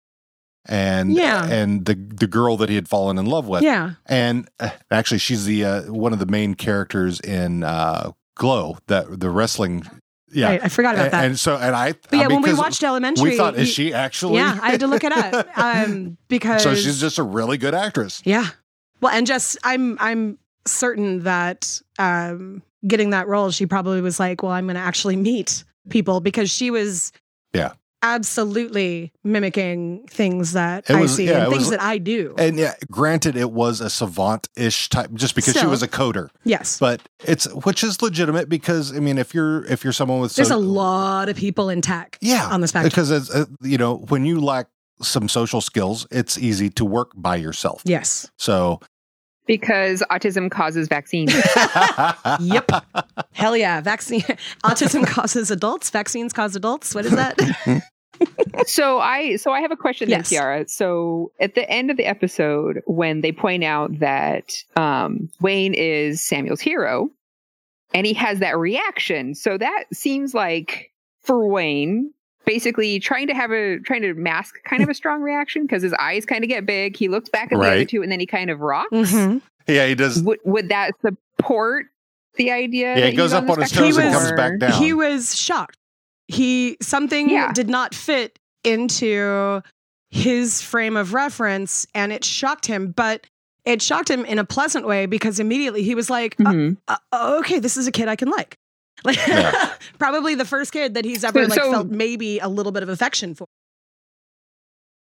S2: And
S3: Yeah.
S2: and the the girl that he had fallen in love with
S3: Yeah.
S2: and uh, actually she's the uh, one of the main characters in uh, Glow that the wrestling yeah
S3: Right, I forgot about
S2: And-
S3: that.
S2: and so and I
S3: But
S2: I
S3: yeah, when we
S2: 'cause
S3: watched Elementary,
S2: we thought is
S3: you-
S2: she actually?
S3: Yeah, I had to look it up um, because
S2: so she's just a really good actress.
S3: yeah. Well, and just I'm I'm certain that um, getting that role, she probably was like, well, I'm going to actually meet people because she was
S2: Yeah,
S3: absolutely mimicking things that
S2: It
S3: I
S2: was-
S3: see
S2: yeah,
S3: and
S2: it was-
S3: things that I do.
S2: and yeah, granted, it was a savant-ish type, just because she
S3: Still.
S2: was a coder.
S3: Yes.
S2: but it's which is legitimate because I mean, if you're if you're someone with
S3: There's
S2: so-
S3: a lot of people in tech.
S2: yeah
S3: on the spectrum.
S2: because it's, uh, you know when you lack some social skills, it's easy to work by yourself.
S3: Yes.
S2: So
S4: Because autism causes vaccines.
S3: yep. Hell yeah. Vaccine autism causes adults. Vaccines cause adults. What is that?
S4: so I so I have a question
S3: Yes.
S4: then, Tiara. So at the end of the episode, when they point out that um, Wayne is Samuel's hero, and he has that reaction, so that seems like for Wayne, basically trying to have a trying to mask kind of a strong reaction because his eyes kind of get big. He looks back at the other
S2: Right.
S4: two and then he kind of rocks.
S3: Mm-hmm.
S2: Yeah, he does.
S4: Would, would that support the idea?
S2: Yeah, he
S4: that he's
S2: goes up
S4: the
S2: on his
S4: spectrum,
S2: toes and comes
S4: or-
S2: back down.
S3: He was shocked. He something
S4: Yeah.
S3: did not fit into his frame of reference and it shocked him, but it shocked him in a pleasant way because immediately he was like,
S4: Mm-hmm.
S3: "Uh, uh, okay, this is a kid I can like. Like probably the first kid that he's ever
S4: So-
S3: like
S4: so-
S3: felt maybe a little bit of affection for.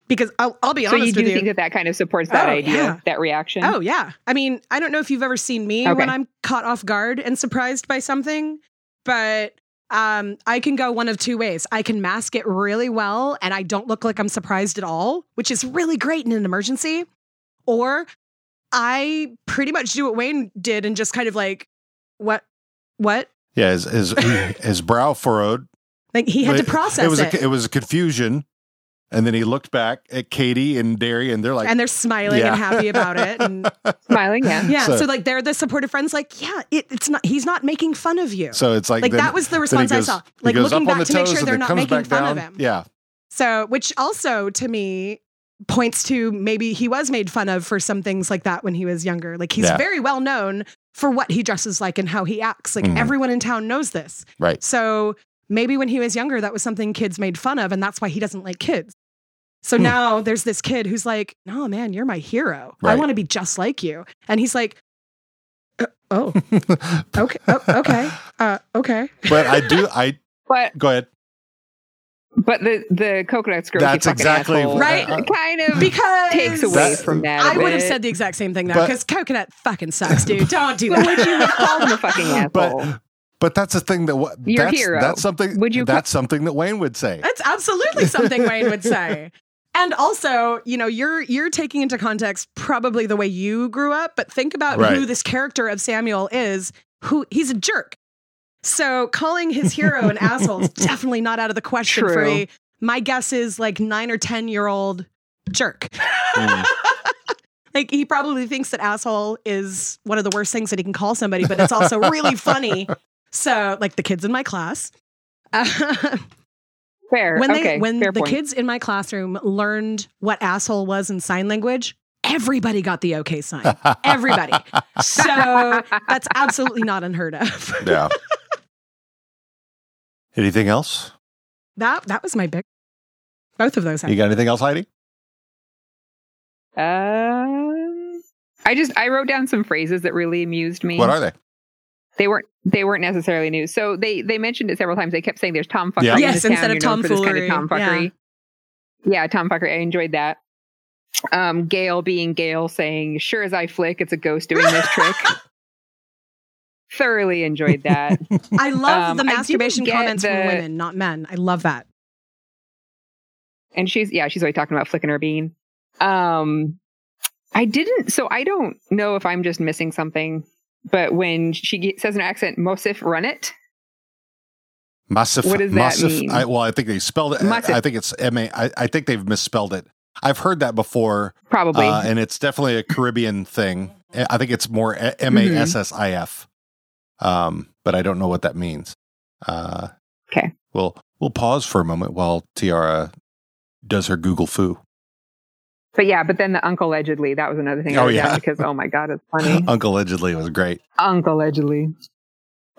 S3: Because I'll, I'll be
S4: So
S3: honest
S4: you do
S3: with you.
S4: think that that kind of supports that
S3: Oh,
S4: idea,
S3: yeah.
S4: that reaction?
S3: Oh yeah. I mean, I don't know if you've ever seen me
S4: Okay.
S3: when I'm caught off guard and surprised by something, but um, I can go one of two ways. I can mask it really well, and I don't look like I'm surprised at all, which is really great in an emergency. Or I pretty much do what Wayne did and just kind of like, what, what?
S2: Yeah, his his, his brow furrowed.
S3: Like he had to
S2: But
S3: process
S2: It was
S3: it.
S2: A, it was a confusion, and then he looked back at Katie and Derry, and they're like,
S3: and they're smiling
S2: Yeah.
S3: and happy about it, and
S4: smiling, yeah,
S3: yeah. So,
S2: So-
S3: like, they're the supportive friends. Like, yeah, it, it's not. He's not making fun of you.
S2: so it's like
S3: like
S2: then-
S3: that was the
S2: then he
S3: response I
S2: goes-
S3: saw.
S2: he
S3: Like
S2: goes
S3: looking
S2: up on
S3: back
S2: the
S3: to make
S2: toes
S3: sure
S2: and
S3: they're
S2: then
S3: not
S2: comes
S3: making
S2: back
S3: fun of
S2: down.
S3: him.
S2: Yeah,
S3: So, which also to me points to maybe he was made fun of for some things like that when he was younger. Like he's
S2: Yeah.
S3: very well known for what he dresses like and how he acts. Like
S2: Mhm.
S3: everyone in town knows this.
S2: right.
S3: So maybe when he was younger, that was something kids made fun of, and that's why he doesn't like kids. So
S2: Hmm.
S3: now there's this kid who's like, "No, man, you're my hero. I
S2: Right.
S3: want to be just like you." And he's like, "Uh, "Oh, okay, oh, okay, uh, okay."
S2: But I do. I
S4: But
S2: go ahead.
S4: but the the coconut girl,
S2: That's exactly-
S3: Right?
S4: Kind of
S3: because
S4: takes away
S2: That-
S4: from that.
S3: I
S4: a
S3: would have
S4: bit.
S3: said the exact same thing though,
S2: But-
S3: because coconut fucking sucks, dude. Don't do
S4: But would you have
S3: that.
S4: called him a fucking asshole?
S2: But but that's the thing that what
S4: Your
S2: that's,
S4: hero.
S2: that's something.
S4: Would you-
S2: That's something that Wayne would say.
S3: That's absolutely something Wayne would say. And also, you know, you're you're taking into context probably the way you grew up, but think about who
S2: Right.
S3: this character of Samuel is. Who he's a jerk. So calling his hero an asshole is definitely not out of the question for
S4: True.
S3: a my guess is like nine or ten year old jerk. Like he probably thinks that asshole is one of the worst things that he can call somebody, but it's also really funny. So, like the kids in my class, uh,
S4: fair.
S3: when they
S4: okay,
S3: when
S4: fair
S3: the
S4: point.
S3: kids in my classroom learned what asshole was in sign language, everybody got the okay sign. Everybody. so that's absolutely not unheard of.
S2: Yeah. Anything else?
S3: That that was my big. Both of those.
S2: You got anything else, Heidi?
S4: Um, I just I wrote down some phrases that really amused me.
S2: What are they?
S4: They weren't they weren't necessarily new. So they they mentioned it several times. They kept saying there's tomfuckery.
S2: Yeah.
S4: in
S3: Yes,
S4: this town,
S3: instead of
S4: you're known for this kind
S3: tomfoolery.
S4: of tomfuckery. Yeah. tomfuckery. I enjoyed that. Um, Gail being Gail saying, "Sure as I flick, it's a ghost doing this trick." Thoroughly enjoyed that.
S3: I love
S4: Um,
S3: the
S4: I didn't
S3: masturbation
S4: get
S3: comments
S4: the-
S3: from women, not men. I love that.
S4: and she's yeah she's always talking about flicking her bean um i didn't so i don't know if i'm just missing something but when she ge- says in her accent mosif run it
S2: Massif.
S4: What does that
S2: massif-
S4: mean?
S2: I, well, I think they spelled it.
S4: Massif.
S2: I think it's M A. I, I think they've misspelled it. I've heard that before,
S4: probably
S2: uh, and it's definitely a Caribbean thing. I think it's more uh, M A S S I F,
S4: Mm-hmm.
S2: um, but I don't know what that means. Uh,
S4: 'Kay.
S2: Well, we'll pause for a moment while Tiara does her Google foo.
S4: but yeah but then the uncle allegedly that was another thing I
S2: Oh,
S4: wrote down
S2: yeah. Uh,
S4: because oh my god it's funny
S2: Uncle allegedly was great.
S4: uncle allegedly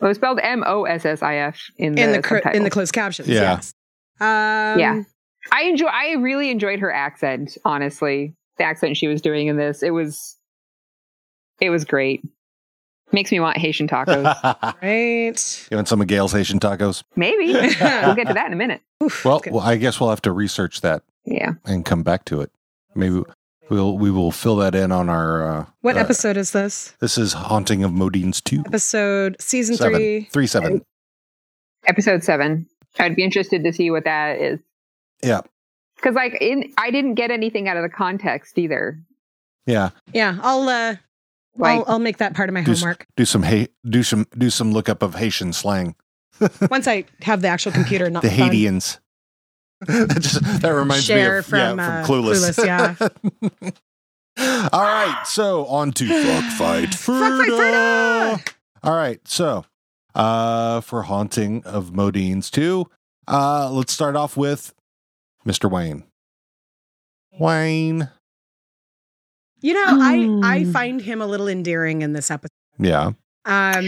S4: it was spelled m-o-s-s-i-f in the,
S3: in the cr- in the
S4: subtitles.
S3: closed captions.
S2: Yeah.
S3: Yes. Um,
S4: Yeah. I enjoy. I really enjoyed her accent. Honestly, the accent she was doing in this, it was, it was great. Makes me want Haitian
S2: you
S4: tacos.
S3: Right.
S2: want some of Gail's Haitian tacos?
S4: Maybe we'll get to that in a minute.
S2: Well, well, I guess we'll have to research that
S4: Yeah.
S2: and come back to it. Maybe we'll we will fill that in on our. Uh,
S3: What
S2: uh,
S3: episode is this?
S2: This is Haunting of Modine's two
S3: Episode season
S2: seven
S3: three.
S2: three seven.
S4: Episode seven. I'd be interested to see what that is
S2: Yeah,
S4: because, like, in I didn't get anything out of the context either.
S2: yeah.
S3: Yeah, I'll uh,
S4: Like,
S3: I'll I'll make that part of my
S2: Do, s-
S3: homework
S2: do some ha- do some do some lookup of Haitian slang.
S3: once I have the actual computer. Not
S2: the
S3: phone.
S2: Haitians. that just that reminds me
S3: Share
S2: of
S3: from,
S2: yeah,
S3: uh,
S2: from Clueless.
S3: Clueless,
S2: yeah. All right, so on to fuck fight Frida.
S3: Fuck, Frida!
S2: All right, so uh for haunting of Modine's two, Uh, let's start off with Mr. Wayne. Wayne.
S3: You know, I I find him a little endearing in this episode.
S2: Yeah.
S3: Um,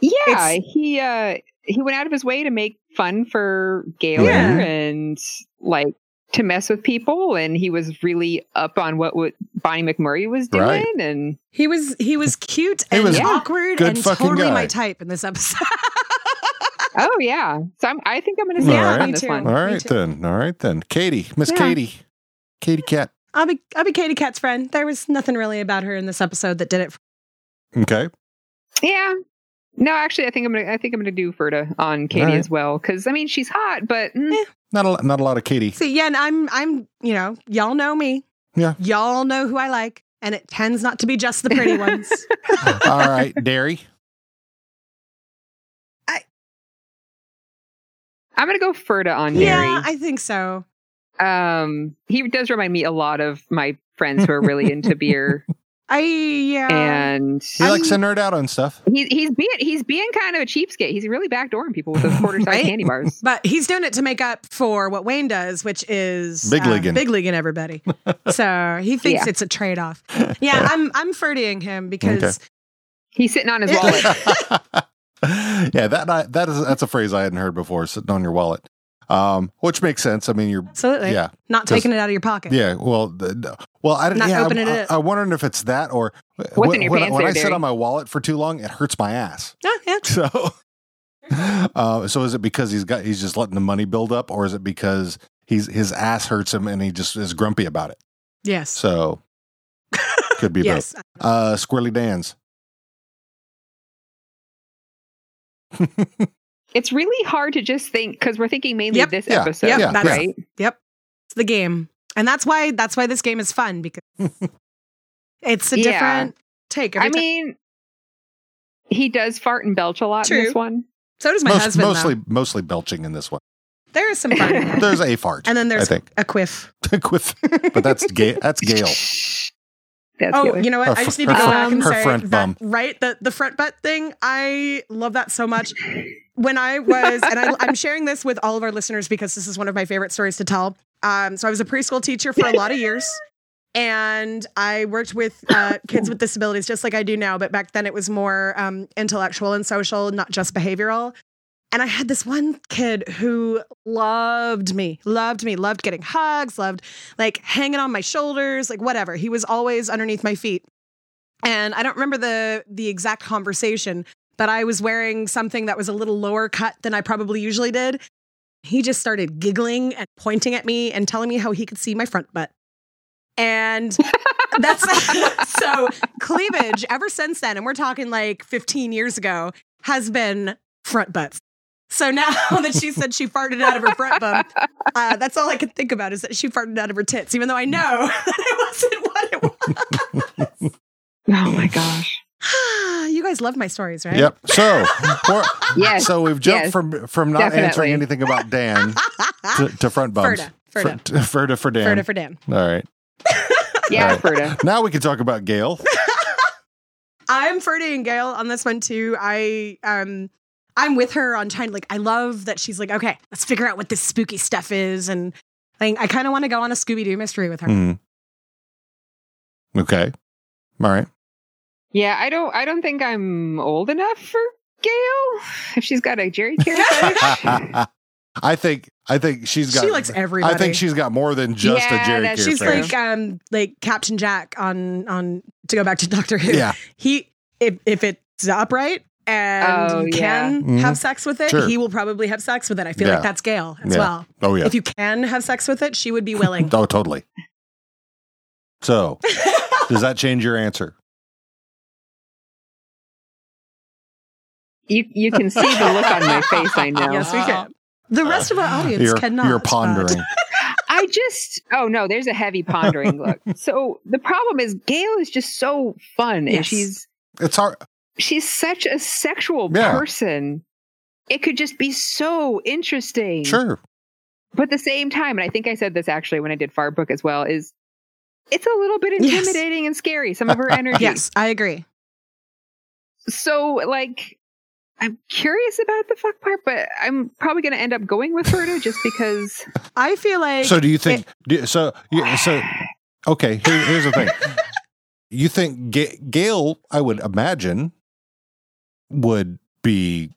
S4: yeah,
S3: It's-
S4: he uh he went out of his way to make fun for Gaylor
S3: Yeah.
S4: and like to mess with people, and he was really up on what, what Bonnie McMurray was doing,
S2: Right.
S4: and
S3: he was he was cute
S2: He
S3: and
S2: was
S3: awkward
S2: good
S3: and
S2: fucking
S3: totally
S2: guy.
S3: my type in this episode.
S4: oh yeah, so I'm, I think I'm going to say
S2: All
S4: yeah,
S2: right.
S4: on this one.
S2: All right then. All right then. Katie, Miss
S3: Yeah.
S2: Katie. Katie Cat.
S3: I'll be I'll be Katie Cat's friend. There was nothing really about her in this episode that did it. For
S2: Okay.
S4: Yeah. No, actually, I think I'm gonna. I think I'm gonna do Ferda on Katie
S2: All right.
S4: as well because I mean she's hot, but mm,
S3: Eh.
S2: Not a not a lot of Katie.
S3: See, yeah, and I'm I'm you know y'all know me.
S2: Yeah.
S3: Y'all know who I like, and it tends not to be just the pretty ones.
S2: All right, Dairy.
S4: I'm gonna go Ferda on
S3: yeah,
S4: Mary.
S3: I think so.
S4: um, he does remind me a lot of my friends who are really into beer,
S3: I yeah.
S4: and
S2: He likes to nerd out on stuff.
S4: He's he's being he's being kind of a cheapskate. He's really backdooring people with those quarter size
S3: Right?
S4: candy bars.
S3: But he's doing it to make up for what Wayne does, which is uh,
S2: Big leaguing.
S3: big leaguing everybody. so he thinks
S4: Yeah.
S3: it's a trade off. Yeah, I'm I'm furtying him because
S2: Okay.
S4: He's sitting on his wallet.
S2: yeah, that I, that is that's a phrase I hadn't heard before. Sitting on your wallet, um, which makes sense. I mean, you're
S3: absolutely
S2: yeah,
S3: not
S2: 'cause-
S3: taking it out of your pocket.
S2: yeah. Well, the, the- well, I didn't.
S3: Not
S2: Yeah,
S3: opening
S2: I'm,
S3: it up.
S2: I, am wondering if it's that or
S4: What's in your
S2: when,
S4: pants
S2: when
S4: there,
S2: I sit
S4: Derry?
S2: on my wallet for too long, it hurts my ass.
S3: Oh, yeah.
S2: So, uh, so is it because he's got he's just letting the money build up, or is it because he's his ass hurts him and he just is grumpy about it?
S3: Yes.
S2: So could be
S3: yes.
S2: both. Uh, Squirrely Dan's.
S4: It's really hard to just think because we're thinking mainly
S3: Yep.
S4: of this
S2: Yeah,
S4: episode,
S2: yeah, that's-
S4: right?
S3: Yep. It's the game. And that's why that's why this game is fun because it's a
S4: Yeah.
S3: different take. Every
S4: I
S3: ti-
S4: mean, he does fart and belch a lot in
S3: True.
S4: this one.
S3: so does my
S2: Most-
S3: husband.
S2: mostly
S3: though.
S2: mostly belching in this one.
S3: there is some fun. in that.
S2: There's a fart.
S3: and then
S2: I
S3: there's
S2: think.
S3: a quiff.
S2: With, but that's gay. That's Gail.
S4: That's
S3: Oh,
S4: Gaylor.
S3: you know what?
S2: Her
S3: I
S2: fr-
S3: just need to
S2: her
S3: go
S2: fr-
S3: back and
S2: her
S3: say
S2: front
S3: that,
S2: bum.
S3: right the the front butt thing. I love that so much. When I was, and I, I'm sharing this with all of our listeners because this is one of my favorite stories to tell. Um, so I was a preschool teacher for a lot of years, and I worked with uh, kids with disabilities just like I do now. But back then, it was more um, intellectual and social, not just behavioral. And I had this one kid who loved me, loved me, loved getting hugs, loved like hanging on my shoulders, like whatever. He was always underneath my feet. And I don't remember the the exact conversation, but I was wearing something that was a little lower cut than I probably usually did. He just started giggling and pointing at me and telling me how he could see my front butt. And that's so cleavage ever since then, and we're talking like 15 years ago, has been front butts. So now that she said she farted out of her front bump, uh, that's all I could think about is that she farted out of her tits, even though I know that it wasn't what it was.
S4: oh my gosh.
S3: you guys love my stories, right?
S2: Yep. So, we're-
S4: Yes,
S2: so we've jumped
S4: yes,
S2: from from not answering
S4: definitely.
S2: anything about Dan to, to front bumps.
S3: Ferda, Ferda.
S2: Fer- Ferda for Dan.
S3: Ferda for Dan.
S2: All right.
S4: Yeah,
S2: All right.
S4: Ferda.
S2: Now we can talk about Gail.
S3: I'm Ferdy and Gail on this one too. I um I'm with her on trying like I love that she's like, okay, let's figure out what this spooky stuff is and like I kinda wanna go on a Scooby Doo mystery with her.
S2: Hmm. Mm-hmm. Okay. All right.
S4: Yeah, I don't. I don't think I'm old enough for Gail. If she's got a Jerry Care fetish.
S2: I think I think she's got.
S3: She likes everybody.
S2: I think she's got more than just
S4: Yeah,
S2: a Jerry
S4: that-
S2: Care
S3: She's
S2: fan.
S3: like um like Captain Jack on on to go back to Doctor Who.
S2: yeah.
S3: He if if it's upright and
S4: Oh,
S3: you
S4: yeah.
S3: can
S2: Mhm.
S3: have sex with it,
S2: Sure.
S3: he will probably have sex with it. I feel
S2: Yeah.
S3: like that's Gail as
S2: Yeah.
S3: well.
S2: Oh yeah.
S3: If you can have sex with it, she would be willing.
S2: Oh, totally. So, does that change your answer?
S4: You you can see the look on my face. I know.
S3: Yes, we can. The rest of our audience
S2: Uh, you're,
S3: cannot.
S2: You're
S3: but-
S2: pondering.
S4: I just. Oh no, there's a heavy pondering look. So the problem is Gail is just so fun, and
S3: Yes.
S4: she's
S2: It's hard.
S4: she's such a sexual
S2: Yeah.
S4: person. It could just be so interesting.
S2: Sure.
S4: But at the same time, and I think I said this actually when I did Far Book as well, is it's a little bit
S3: Yes.
S4: intimidating and scary, some of her energy.
S3: Yes, I agree.
S4: So like I'm curious about the fuck part, but I'm probably going to end up going with Herda just because.
S3: I feel like.
S2: So do you think? do, so you- so okay. Here, here's the thing. you think Ga- Gail? I would imagine would be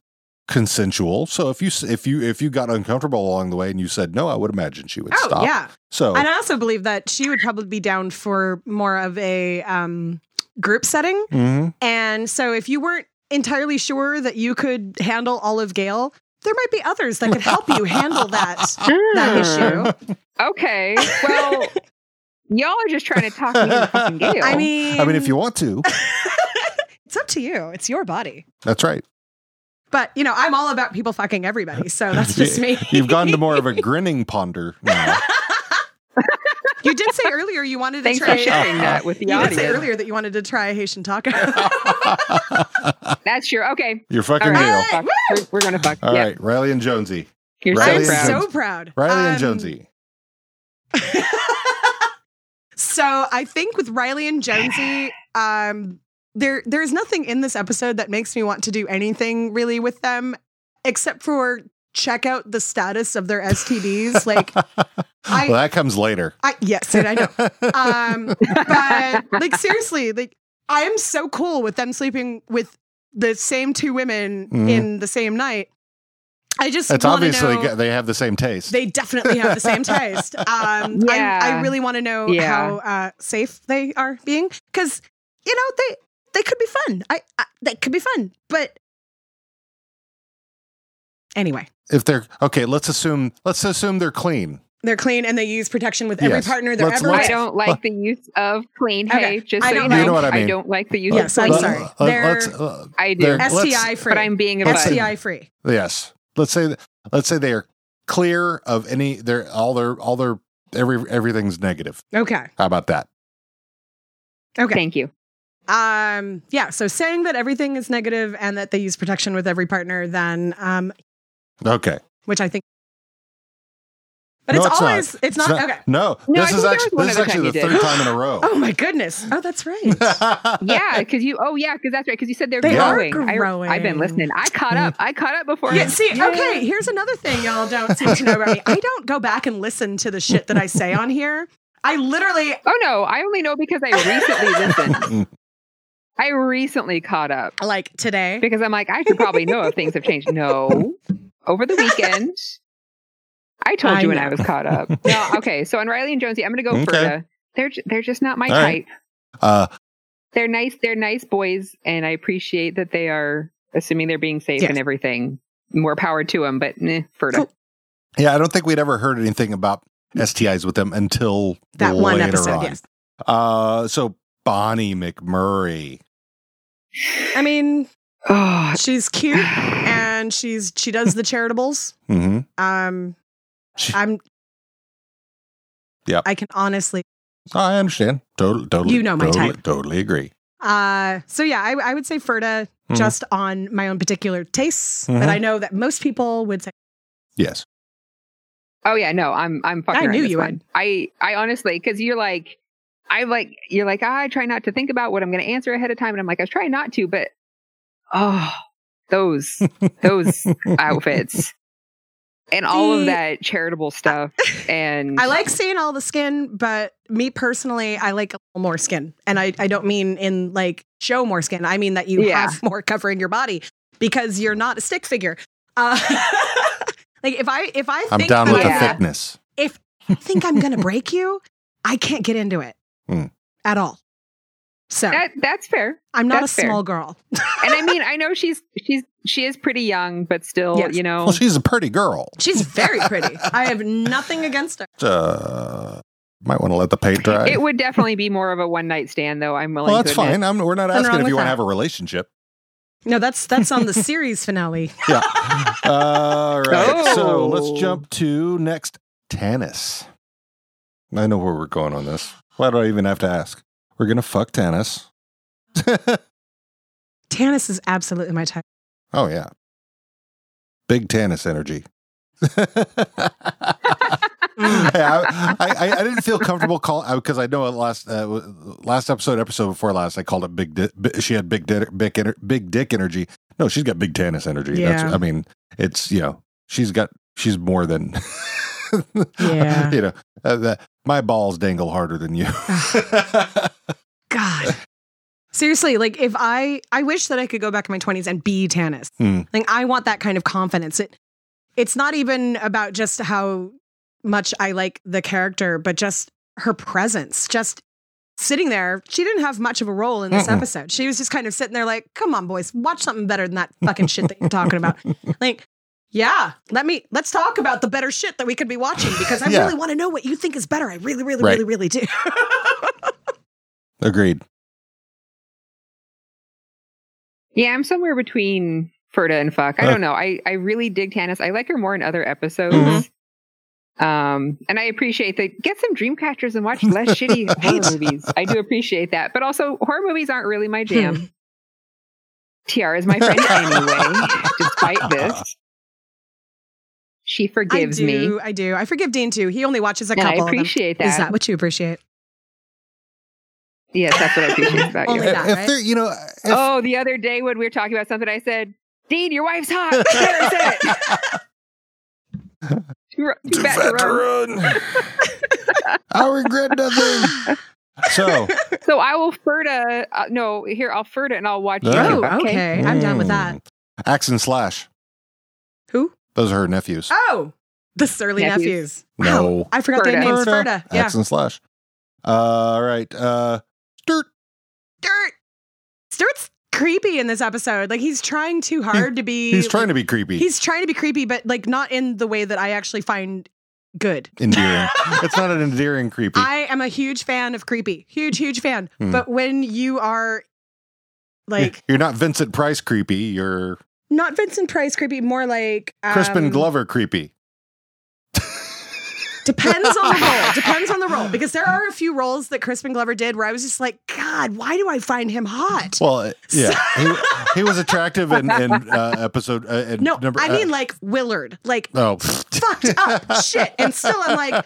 S2: consensual. So if you s- if you if you got uncomfortable along the way and you said no, I would imagine she would
S3: Oh,
S2: stop.
S3: yeah.
S2: So
S3: And I also believe that she would probably be down for more of a um, group setting.
S2: Mhm.
S3: And so if you weren't entirely sure that you could handle all of Gale, there might be others that could help you handle that, that issue.
S4: Okay. Well, y'all are just trying to talk me into fucking Gale.
S3: I mean,
S2: I mean, if you want to,
S3: it's up to you. It's your body.
S2: that's right.
S3: But, you know, I'm all about people fucking everybody. So that's just me.
S2: You've gone to more of a grinning ponder now.
S3: You did say earlier you wanted to
S4: Thanks for
S3: try
S4: sharing that with the
S3: you did say
S4: audience.
S3: earlier that you wanted to try Haitian taco.
S4: That's your okay.
S2: You're fucking
S4: All
S2: Gale.
S4: Fuck. We're, we're gonna fuck.
S2: All
S4: yeah.
S2: right, Riley and Jonesy.
S4: You're so
S2: Riley and
S4: proud.
S3: so
S2: Jones-
S3: proud.
S2: Riley
S3: Um,
S2: and Jonesy.
S3: So I think with Riley and Jonesy, um, there there is nothing in this episode that makes me want to do anything really with them, except for check out the status of their STDs. Like, I-
S2: well, that comes later.
S3: I yes, dude, I know. Um, but like seriously, like I am so cool with them sleeping with the same two women
S2: Mhm.
S3: in the same night. I just
S2: That's
S3: wanna
S2: obviously
S3: know-
S2: g- they have the same taste.
S3: they definitely have the same taste. Um,
S4: Yeah.
S3: I, I really want to know
S4: Yeah.
S3: how uh, safe they are being because you know they they could be fun. I, I they could be fun, but anyway,
S2: if they're okay, let's assume let's assume they're clean.
S3: they're clean and they use protection with every
S2: Yes.
S3: partner they're
S2: Let's-
S3: ever
S2: let's-
S4: I
S3: with.
S4: don't like the use of clean
S3: Okay.
S4: hay. Just
S3: I
S4: so you
S3: don't
S4: know,
S3: like- You know
S2: what I mean.
S4: don't like the use
S3: Yes,
S4: of
S3: I'm
S4: clean.
S2: Let-
S3: sorry.
S2: let-
S3: They're-
S2: let's, uh,
S4: I do.
S2: They're-
S4: Let's-
S3: STI free,
S4: But I'm being a
S2: Let's-
S4: butt.
S3: STI free.
S2: yes. Let's say let's say they are clear of any their all their all their every everything's negative.
S3: Okay,
S2: How about that?
S3: okay.
S4: Thank you.
S3: Um, yeah. So saying that everything is negative and that they use protection with every partner, then um,
S2: Okay.
S3: which I think. But
S2: No,
S3: it's always it's not, okay.
S2: No,
S4: No,
S2: this
S4: I think
S2: is
S4: there
S2: actually
S4: was one
S2: this is
S4: other time
S2: actually
S4: you
S2: the
S4: did.
S2: third time in a row.
S3: Oh my goodness! Oh, that's right.
S4: Yeah, because you. Oh yeah, because that's right. Because you said they're
S3: They are
S4: growing. I, have been
S3: growing.
S4: listening. I caught up. I caught up before.
S3: Yeah, see, okay, here's another thing y'all don't seem to know about me. I don't go back and listen to the shit that I say on here. I literally
S4: Oh no, I only know because I recently listened. I recently caught up
S3: like today.
S4: because I'm like I should probably know if things have changed. No, over the weekend. I told
S3: I
S4: you when
S3: know.
S4: I was caught up. No, okay. So on Riley and Jonesy, I'm going to go
S2: Okay.
S4: Ferda. They're ju- they're just not my
S2: All right.
S4: type.
S2: Uh,
S4: They're nice. They're nice boys, and I appreciate that they are assuming they're being safe
S3: Yes.
S4: and everything. More power to them, but eh, Ferda.
S3: Cool.
S2: yeah, I don't think we'd ever heard anything about STIs with them until
S3: That one
S2: later
S3: episode,
S2: on.
S3: yes.
S2: Uh, so Bonnie McMurray.
S3: I mean,
S4: Oh,
S3: she's cute and she's she does the charitables.
S2: Mm-hmm.
S3: Um
S2: She-
S3: I'm
S2: Yep.
S3: I can honestly
S2: I understand. Totally, totally.
S3: You know my
S2: totally,
S3: type.
S2: Totally agree.
S3: uh so yeah, I, I would say Ferda
S2: Mhm.
S3: just on my own particular tastes
S2: Mhm.
S3: that I know that most people would say
S2: Yes.
S4: Oh yeah, no, I'm I'm fucking.
S3: I
S4: around
S3: knew
S4: this
S3: you
S4: one.
S3: would.
S4: I I honestly, because you're like, I like you're like I try not to think about what I'm going to answer ahead of time, and I'm like I was trying not to, but oh, those those outfits and all
S3: See,
S4: of that charitable stuff, and
S3: I like seeing all the skin, but me personally, I like a little more skin. And I, I don't mean in like show more skin. I mean that you
S4: Yeah.
S3: have more covering your body because you're not a stick figure. Uh, like if I if I
S2: I'm
S3: think
S2: down
S3: that
S2: with
S3: I'm
S2: the
S4: Yeah.
S2: thickness.
S3: if I think I'm gonna break you, I can't get into it
S2: Hmm.
S3: at all. So
S4: that. That's fair.
S3: I'm not a
S4: that's fair.
S3: small girl.
S4: And I mean, I know she's she's she is pretty young, but still,
S3: Yes.
S4: you know,
S2: Well, she's a pretty girl.
S3: She's very pretty. I have nothing against her.
S2: Uh, might want to let the paint dry.
S4: it would definitely be more of a one night stand, though. I'm willing.
S2: well, that's
S4: to admit.
S2: fine. I'm, we're not
S3: Nothing
S2: asking
S3: wrong
S2: if you
S3: with
S2: want to
S3: that.
S2: have a relationship.
S3: No, that's that's on the series finale.
S2: Yeah. All right. So let's
S4: Oh.
S2: jump to next Tannis. I know where we're going on this. Why do I even have to ask? We're going to fuck Tannis.
S3: Tannis is absolutely my type.
S2: Oh, yeah. Big Tannis energy. Hey, I, I, I didn't feel comfortable calling because I know at last uh, w- last episode episode before last I called it big. Di- bi- she had big dick, big, ener- big dick energy. No, she's got big Tannis energy.
S3: Yeah.
S2: That's, I mean, it's you know, she's got she's more than
S3: Yeah.
S2: you know. Uh, the, my balls dangle harder than you.
S3: Ah. God. Seriously, like if I I wish that I could go back in my 20s and be Tannis.
S2: Hmm.
S3: Like I want that kind of confidence. It it's not even about just how much I like the character, but just her presence. Just sitting there. She didn't have much of a role in this
S2: Mm-mm.
S3: episode. She was just kind of sitting there like, "Come on, boys, watch something better than that fucking shit that you're talking about." Like yeah, let me let's talk about the better shit that we could be watching because I
S2: Yeah.
S3: really want to know what you think is better. I really, really,
S2: Right.
S3: really, really do.
S2: Agreed.
S4: Yeah, I'm somewhere between Ferda and Fuck. I
S2: Uh.
S4: don't know. I, I really dig Tannis. I like her more in other episodes. Um, and I appreciate that. Get some Dreamcatchers and watch less shitty horror movies. I do appreciate that. But also, horror movies aren't really my jam. Tiara is my friend anyway, despite this. She forgives
S3: I do,
S4: me.
S3: I do. I forgive Dean too. He only watches a
S4: And I
S3: couple.
S4: appreciate
S3: of them. Is
S4: that.
S3: that what you appreciate?
S4: Yes, that's what I appreciate about you.
S3: Only that, right?
S2: you know,
S4: oh, the other day when we were talking about something, I said, Dean, your wife's hot. That's it. Too ro- too bad to run.
S2: I regret nothing. So
S4: So I will Ferda. Uh, no, here I'll Ferda and I'll watch.
S2: Oh,
S4: you.
S3: okay. I'm down with that.
S2: hmm. Axe and Slash.
S3: Who?
S2: Those are her nephews.
S3: Oh, the surly nephews.
S4: Nephews.
S2: No.
S3: Wow, I forgot their
S4: Ferda.
S3: names. Ferda. Yeah.
S2: Axe and Slash. All right. Uh, Sturt.
S3: Dirt. Dirt's creepy in this episode. Like he's trying too hard to be.
S2: Hmm. he's trying to be creepy.
S3: He's trying to be creepy, but like not in the way that I actually find good.
S2: endearing. it's not an endearing creepy.
S3: I am a huge fan of creepy. Huge, huge fan.
S2: Hmm.
S3: But when you are like
S2: you're not Vincent Price creepy. You're
S3: not Vincent Price creepy, more like um,
S2: Crispin Glover creepy.
S3: Depends on the role. Depends on the role. Because there are a few roles that Crispin Glover did where I was just like, God, why do I find him hot?
S2: Well, uh, yeah, he, he was attractive in, in uh, episode. Uh, in
S3: no,
S2: number,
S3: I mean
S2: uh,
S3: like Willard, like
S2: oh,
S3: fucked up shit. And still I'm like,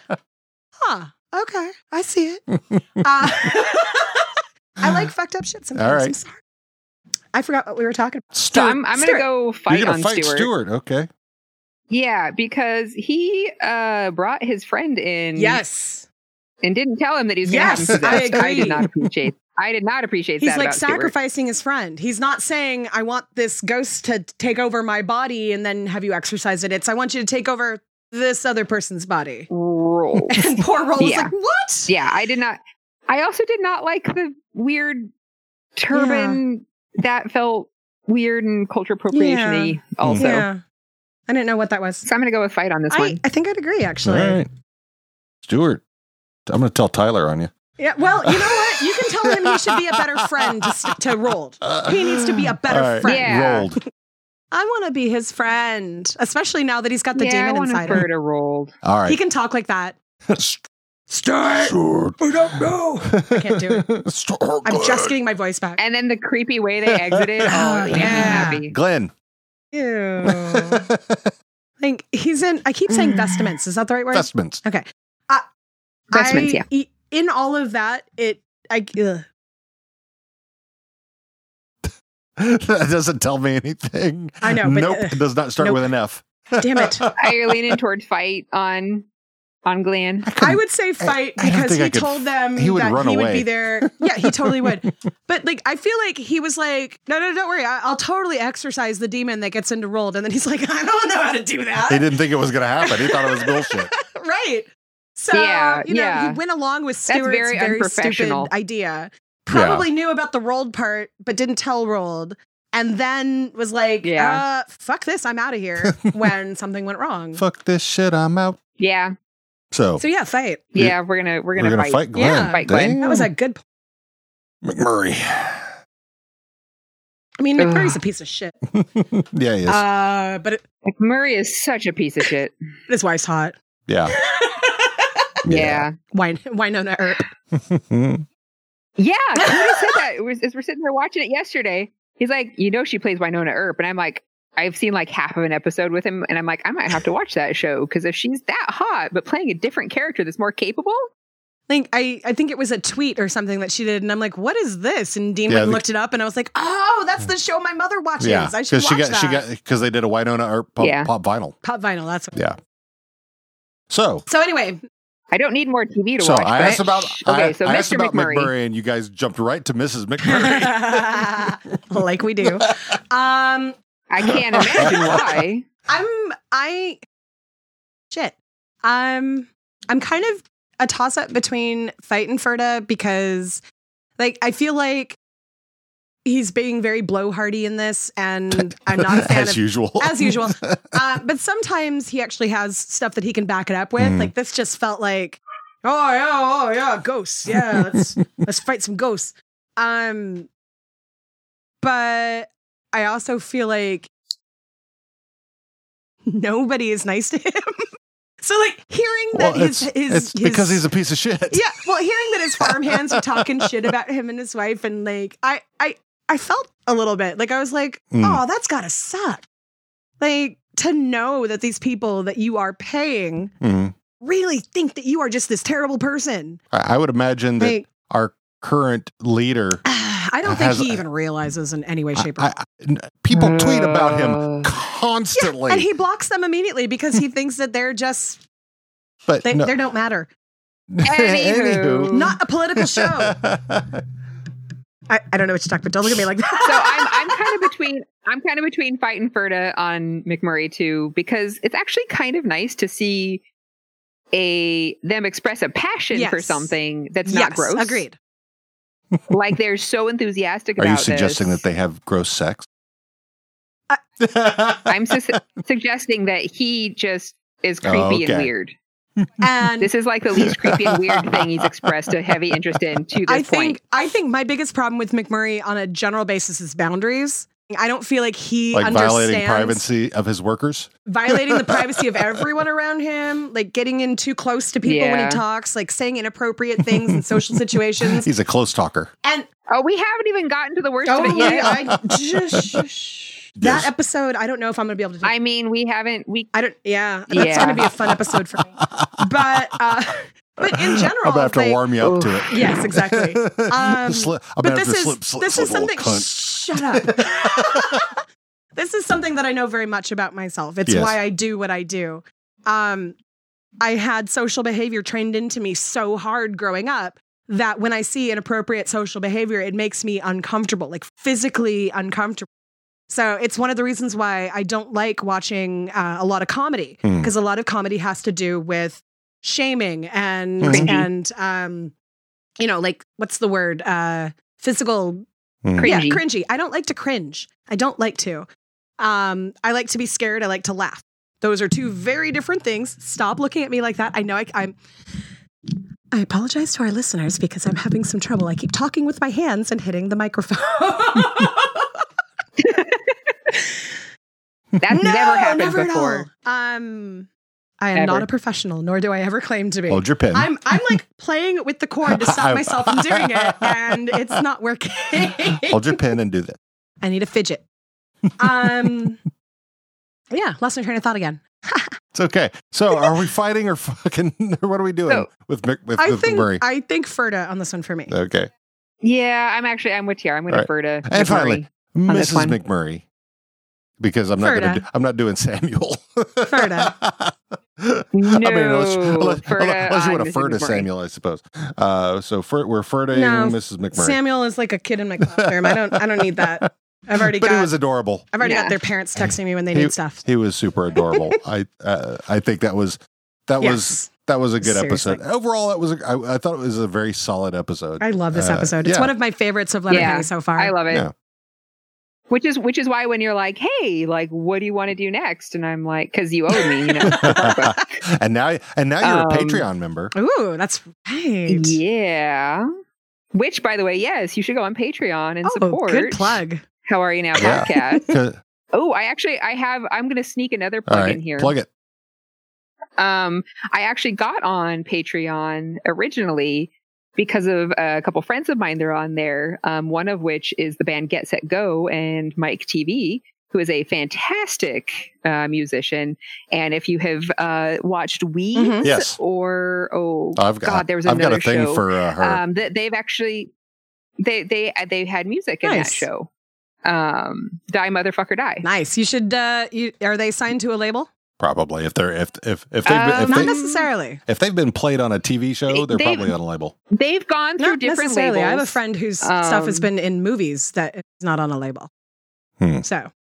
S3: huh, okay, I see it. Uh,
S2: Hmm.
S3: I like fucked up shit sometimes.
S2: All right.
S3: I'm sorry. I forgot what we were talking about.
S4: So I'm, I'm gonna
S3: Stuart.
S4: go
S2: you're
S4: fight
S2: gonna
S4: on
S2: fight
S4: Stewart.
S2: Stewart. Okay,
S4: Yeah, because he uh brought his friend in.
S3: Yes.
S4: and didn't tell him that he's gonna
S3: Yes,
S4: have him possessed.
S3: I agree.
S4: did not appreciate. I did not appreciate
S3: He's
S4: that
S3: like
S4: about Stewart.
S3: sacrificing his friend. He's not saying, I want this ghost to take over my body and then have you exercise it. It's, I want you to take over this other person's body.
S4: Roll.
S3: And poor Roll is
S4: Yeah.
S3: like, what?
S4: yeah, I did not. I also did not like the weird turban that felt weird and culture appropriation-y Also,
S3: Yeah. I didn't know what that was.
S4: so I'm gonna go with fight on this
S3: I,
S4: one.
S3: I think I'd agree,
S2: all
S3: actually.
S2: right, Stewart. I'm gonna tell Tyler on you.
S3: Yeah. Well, you know what? You can tell him he should be a better friend to, st- to Rold. He needs to be a better
S2: All right,
S3: friend.
S4: Yeah.
S2: Rolled.
S3: I want to be his friend, especially now that he's got the
S4: yeah, I
S3: demon
S4: want
S3: inside
S4: a
S3: him.
S4: bird rolled.
S2: All right.
S3: He can talk like that.
S2: Stewart. Stewart. I don't know. I
S3: can't do
S2: it.
S3: I'm just getting my voice back.
S4: And then the creepy way they exited. oh,
S3: Oh,
S4: it made me
S3: yeah.
S4: happy.
S2: Glenn.
S3: Ew.
S4: Oh.
S3: Like he's in. I keep saying vestments. Is that the right word?
S2: Vestments.
S3: okay. Uh,
S4: Vestments, yeah.
S3: e- In all of that, it. I. Ugh.
S2: that doesn't tell me anything.
S3: I know, but,
S2: nope.
S3: uh,
S2: it does not start
S3: nope.
S2: with an F.
S3: Damn it.
S4: I Oh. leaning towards fight on on Glenn.
S3: I would say fight
S2: I don't
S3: because
S2: think I
S3: he
S2: could-
S3: told them
S2: he would
S3: that
S2: run
S3: he would
S2: away.
S3: be there. Yeah, he totally would. But like, I feel like he was like, no, no, don't worry. I- I'll totally exercise the demon that gets into rolled. And then he's like, I don't know how to do
S2: He
S3: that.
S2: didn't think it was going to happen. He thought it was bullshit.
S3: right. So,
S4: Yeah,
S3: you know,
S4: yeah.
S3: he went along with Stewart's very,
S4: very
S3: stupid
S4: unprofessional.
S3: idea. Probably knew about the rolled part, but didn't tell rolled. And then was like,
S4: Yeah.
S3: uh, fuck this, I'm out of here when something went wrong.
S2: Fuck this shit. I'm out.
S4: Yeah,
S2: So,
S3: So, yeah, fight.
S4: yeah, we're gonna we're gonna,
S2: fight. Glenn.
S3: Yeah.
S4: Fight Glenn.
S2: Damn.
S3: That was a good point.
S2: McMurray.
S3: I mean,
S4: Ugh.
S3: McMurray's a piece of shit.
S2: yeah, he is.
S3: Uh, but it,
S4: Like Murray is such a piece of shit.
S3: His wife's hot.
S2: yeah.
S4: yeah.
S3: Wine, Winona Earp.
S2: yeah.
S4: Yeah, Cody said that It was- as we're sitting there watching it yesterday. He's like, you know, she plays Winona Earp, and I'm like, I've seen like half of an episode with him, and I'm like, I might have to watch that show because if she's that hot, but playing a different character that's more capable,
S3: think I, I think it was a tweet or something that she did, and I'm like, "What is this?" And Dean
S2: Yeah,
S3: went and
S2: the-
S3: looked it up, and I was like, "Oh, that's the show my mother watches.
S2: yeah,
S3: I should watch
S2: she got
S3: that."
S2: she got because they did a Winona or pop,
S3: Yeah.
S2: pop vinyl.
S3: Pop vinyl. That's what.
S2: Yeah. So
S3: So anyway,
S4: I don't need more TV to
S2: so
S4: watch.
S2: I
S4: right?
S2: asked about
S4: okay,
S2: I,
S4: so
S2: I
S4: Mr.
S2: asked about
S4: McMurray.
S2: McMurray, and you guys jumped right to Mrs. McMurray.
S3: like we do. Um,
S4: I can't imagine why.
S3: I'm I shit. Um, I'm kind of a toss up between Fight and Ferda because, like, I feel like he's being very blowhardy in this, and I'm not a fan
S2: As
S3: of,
S2: usual.
S3: As usual, uh, but sometimes he actually has stuff that he can back it up with.
S2: Mhm.
S3: Like this, just felt like, oh yeah, oh yeah, ghosts, yeah, let's let's fight some ghosts. Um, but I also feel like nobody is nice to him. so like hearing that
S2: Well,
S3: his
S2: it's-
S3: his,
S2: it's
S3: his-
S2: because he's a piece of shit.
S3: yeah, well, hearing that his farmhands are talking shit about him and his wife, and like I I I felt a little bit like I was like,
S2: Mm.
S3: oh, that's gotta suck. Like to know that these people that you are paying
S2: Mhm.
S3: really think that you are just this terrible person.
S2: I I would imagine that
S3: Like-
S2: our current leader.
S3: I don't think
S2: Has-
S3: he even realizes in any way, shape, or
S2: I, I- n- people tweet about him constantly,
S3: and he blocks them immediately because he thinks that they're just
S2: but
S3: they,
S2: no.
S3: they don't matter.
S2: Anywho.
S3: not a political show. I, I don't know what you talk about. Don't look at me like that.
S4: so I'm I'm kind of between I'm kind of between Fight and Ferda on McMurray too because it's actually kind of nice to see a them express a passion for
S3: Yes.
S4: something that's not
S3: Yes,
S4: gross.
S3: Agreed.
S4: Like they're so enthusiastic
S2: Are
S4: about
S2: you suggesting
S4: this.
S2: that they have gross sex?
S4: I'm sus- suggesting that he just is creepy
S2: Oh, Okay.
S4: and weird.
S3: And
S4: This is like the least creepy and weird thing he's expressed a heavy interest in to this
S3: I
S4: point.
S3: think I think my biggest problem with McMurray on a general basis is boundaries. I don't feel like he
S2: Like
S3: understands
S2: violating privacy of his workers?
S3: violating the privacy of everyone around him, like getting in too close to people when
S2: Yeah.
S3: he talks, like saying inappropriate things in social situations.
S2: He's a close talker.
S3: And
S4: oh, we haven't even gotten to the worst
S3: Oh
S4: of it
S3: my-
S4: yet.
S3: I just- that episode, I don't know if I'm going to be able to.
S4: I mean, we haven't. We
S3: I don't. Yeah, that's going to be a fun episode for me. But uh, but in general,
S2: I'm gonna have to
S3: like-
S2: warm you up to it.
S3: Yes, exactly. Um,
S2: Sli- I'm
S3: but
S2: gonna have
S3: this
S2: to
S3: is
S2: slip, slip,
S3: this
S2: slip
S3: is
S2: a little
S3: something.
S2: cunt.
S3: Shut up. this is something that I know very much about myself. It's
S2: Yes.
S3: why I do what I do. Um, I had social behavior trained into me so hard growing up that when I see inappropriate social behavior, it makes me uncomfortable, like physically uncomfortable. So it's one of the reasons why I don't like watching uh, a lot of comedy
S14: Hmm.
S3: because a lot of comedy has to do with shaming and
S14: Cringy.
S3: and um, you know, like what's the word? Uh, physical
S14: Mm.
S3: Yeah,
S14: Cringy.
S3: cringy. I don't like to cringe. I don't like to. Um, I like to be scared. I like to laugh. Those are two very different things. Stop looking at me like that. I know I, I'm. I apologize to our listeners because I'm having some trouble. I keep talking with my hands and hitting the microphone.
S4: That's
S3: no,
S4: never happened
S3: never at
S4: before.
S3: all. Um, I am
S4: Ever.
S3: not a professional, nor do I ever claim to be.
S2: Hold your pen.
S3: I'm I'm like playing with the cord to
S2: I-
S3: stop myself from doing it, and it's not working.
S2: Hold your pen and do that.
S3: I need a fidget. Um, yeah, lost my train of thought again.
S2: It's okay. So, are we fighting or fucking? What are we doing with Mc, with,
S3: I
S2: with
S3: think
S2: Murray?
S3: I think Ferda on this one for me.
S2: okay.
S4: Yeah, I'm actually I'm with Tiara. I'm going
S2: All
S4: to
S2: right.
S4: refer to
S2: and finally,
S4: McMurray on this
S2: Mrs.
S4: one.
S2: McMurray, because I'm not gonna
S4: Ferda.
S2: do, I'm not doing Samuel.
S4: No,
S2: I mean, unless, unless,
S4: Ferda
S2: unless you
S4: on
S2: want to
S4: Mrs.
S2: refer to
S4: McMurray.
S2: Samuel, I suppose. Uh, so Fer, we're Ferda and Mrs. McMurray.
S3: Samuel is like a kid in my classroom. I don't I don't need that. I've already
S2: but
S3: got
S2: he was adorable.
S3: I've already got their parents texting me when they
S2: he,
S3: need stuff.
S2: He was super adorable. I uh, I think that was that was
S3: Yes.
S2: that was a good
S3: Seriously.
S2: episode. Overall, that was a, I, I thought it was a very solid episode.
S3: I love this
S2: Uh,
S3: episode. It's
S2: yeah.
S3: one of my favorites of Letterkenny
S4: Yeah,
S3: so far.
S4: I love it.
S2: Yeah.
S4: Which is which is why when you're like, hey, like, what do you want to do next? And I'm like, because you owe me, you know.
S2: and now and now you're
S4: Um,
S2: a Patreon member.
S3: Ooh, that's right.
S4: Yeah. Which, by the way, yes, you should go on Patreon and support.
S3: Oh, good plug.
S4: How are you now
S2: Yeah.
S4: podcast?
S2: 'Cause-
S4: oh, I actually I have I'm going to sneak another
S2: All
S4: plug
S2: right,
S4: in here.
S2: plug it.
S4: um, I actually got on Patreon originally because of a couple friends of mine. They're on there. Um, one of which is the band Get Set Go and Mike TV. who is a fantastic uh, musician. And if you have uh, watched Weeds
S3: Mm-hmm.
S2: Mhm. Yes.
S4: or oh
S2: I've got-
S4: God, there was
S2: I've got
S4: another
S2: a thing
S4: show,
S2: for, uh, her.
S4: Um, that they've actually they they they had music in
S3: Nice.
S4: that show. Um, die motherfucker die.
S3: Nice. You should. Uh, you, are they signed to a label?
S2: Probably if they're if if if they've
S3: Uh,
S2: been,
S3: not
S2: if, they,
S3: necessarily.
S2: if they've been played on a TV show, they're
S3: They-
S2: probably on a label.
S4: They've gone through
S3: Not
S4: different
S3: necessarily. I have a
S4: labels.
S3: friend whose stuff has
S4: Um,
S3: been in movies that is not on a label.
S2: Hmm.
S3: So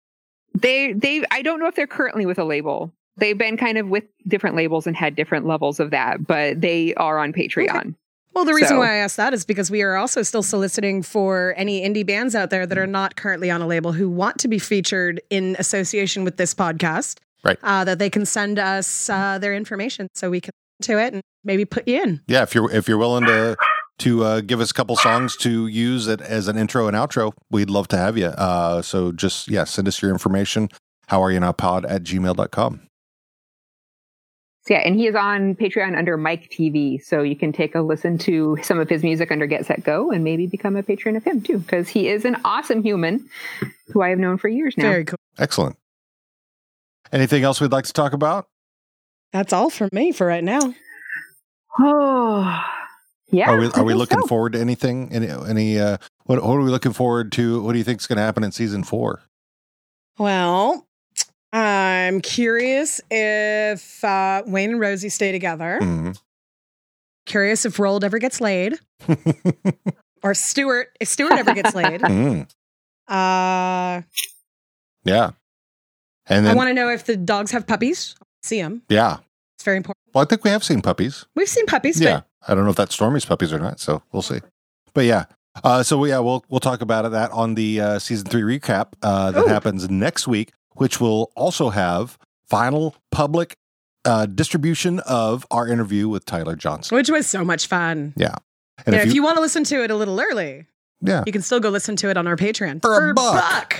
S4: they they i don't know if they're currently with a label they've been kind of with different labels and had different levels of that but they are on patreon
S3: Well, the reason
S4: So-
S3: why I asked that is because we are also still soliciting for any indie bands out there that
S2: Mm.
S3: are not currently on a label who want to be featured in association with this podcast.
S2: Right.
S3: Uh, that they can send us uh, their information so we can listen to it and maybe put you in.
S2: Yeah, if you're if you're willing to to uh, give us a couple songs to use it as an intro and outro, we'd love to have you. Uh, so just yeah, send us your information. How are you now pod at gmail.com.
S4: So, yeah and he is on patreon under mike tv so you can take a listen to some of his music under get set go and maybe become a patron of him too because he is an awesome human who i have known for years now
S3: Very cool
S2: Excellent. Anything else we'd like to talk about?
S3: That's all for me for right now.
S4: Oh, yeah.
S2: Are we
S4: I
S2: are we
S4: think
S2: looking
S4: so.
S2: forward to anything? Any any uh what what are we looking forward to? What do you think's going to happen in season 4?
S3: Well, I'm curious if uh, Wayne and Rosie stay together.
S2: Mhm.
S3: Curious if Rold ever gets laid.
S4: Uh,
S3: or Stuart, if Stuart ever gets laid.
S2: Mm,
S3: Uh,
S2: yeah. And
S3: I
S2: then
S3: want to know if the dogs have puppies. See them.
S2: yeah.
S3: It's very important.
S2: Well, I think we have seen puppies.
S3: We've seen puppies,
S2: yeah.
S3: but
S2: I don't know if that's Stormy's puppies or not, so we'll see. But yeah. Uh, so yeah, we'll we'll talk about that on the uh, season three recap uh, that happens next week, which will also have final public uh, distribution of our interview with Tyler Johnson.
S3: which was so much fun.
S2: Yeah,
S3: Yeah, if you, want to listen to it a little early,
S2: yeah,
S3: you can still go listen to it on our Patreon
S2: For a buck.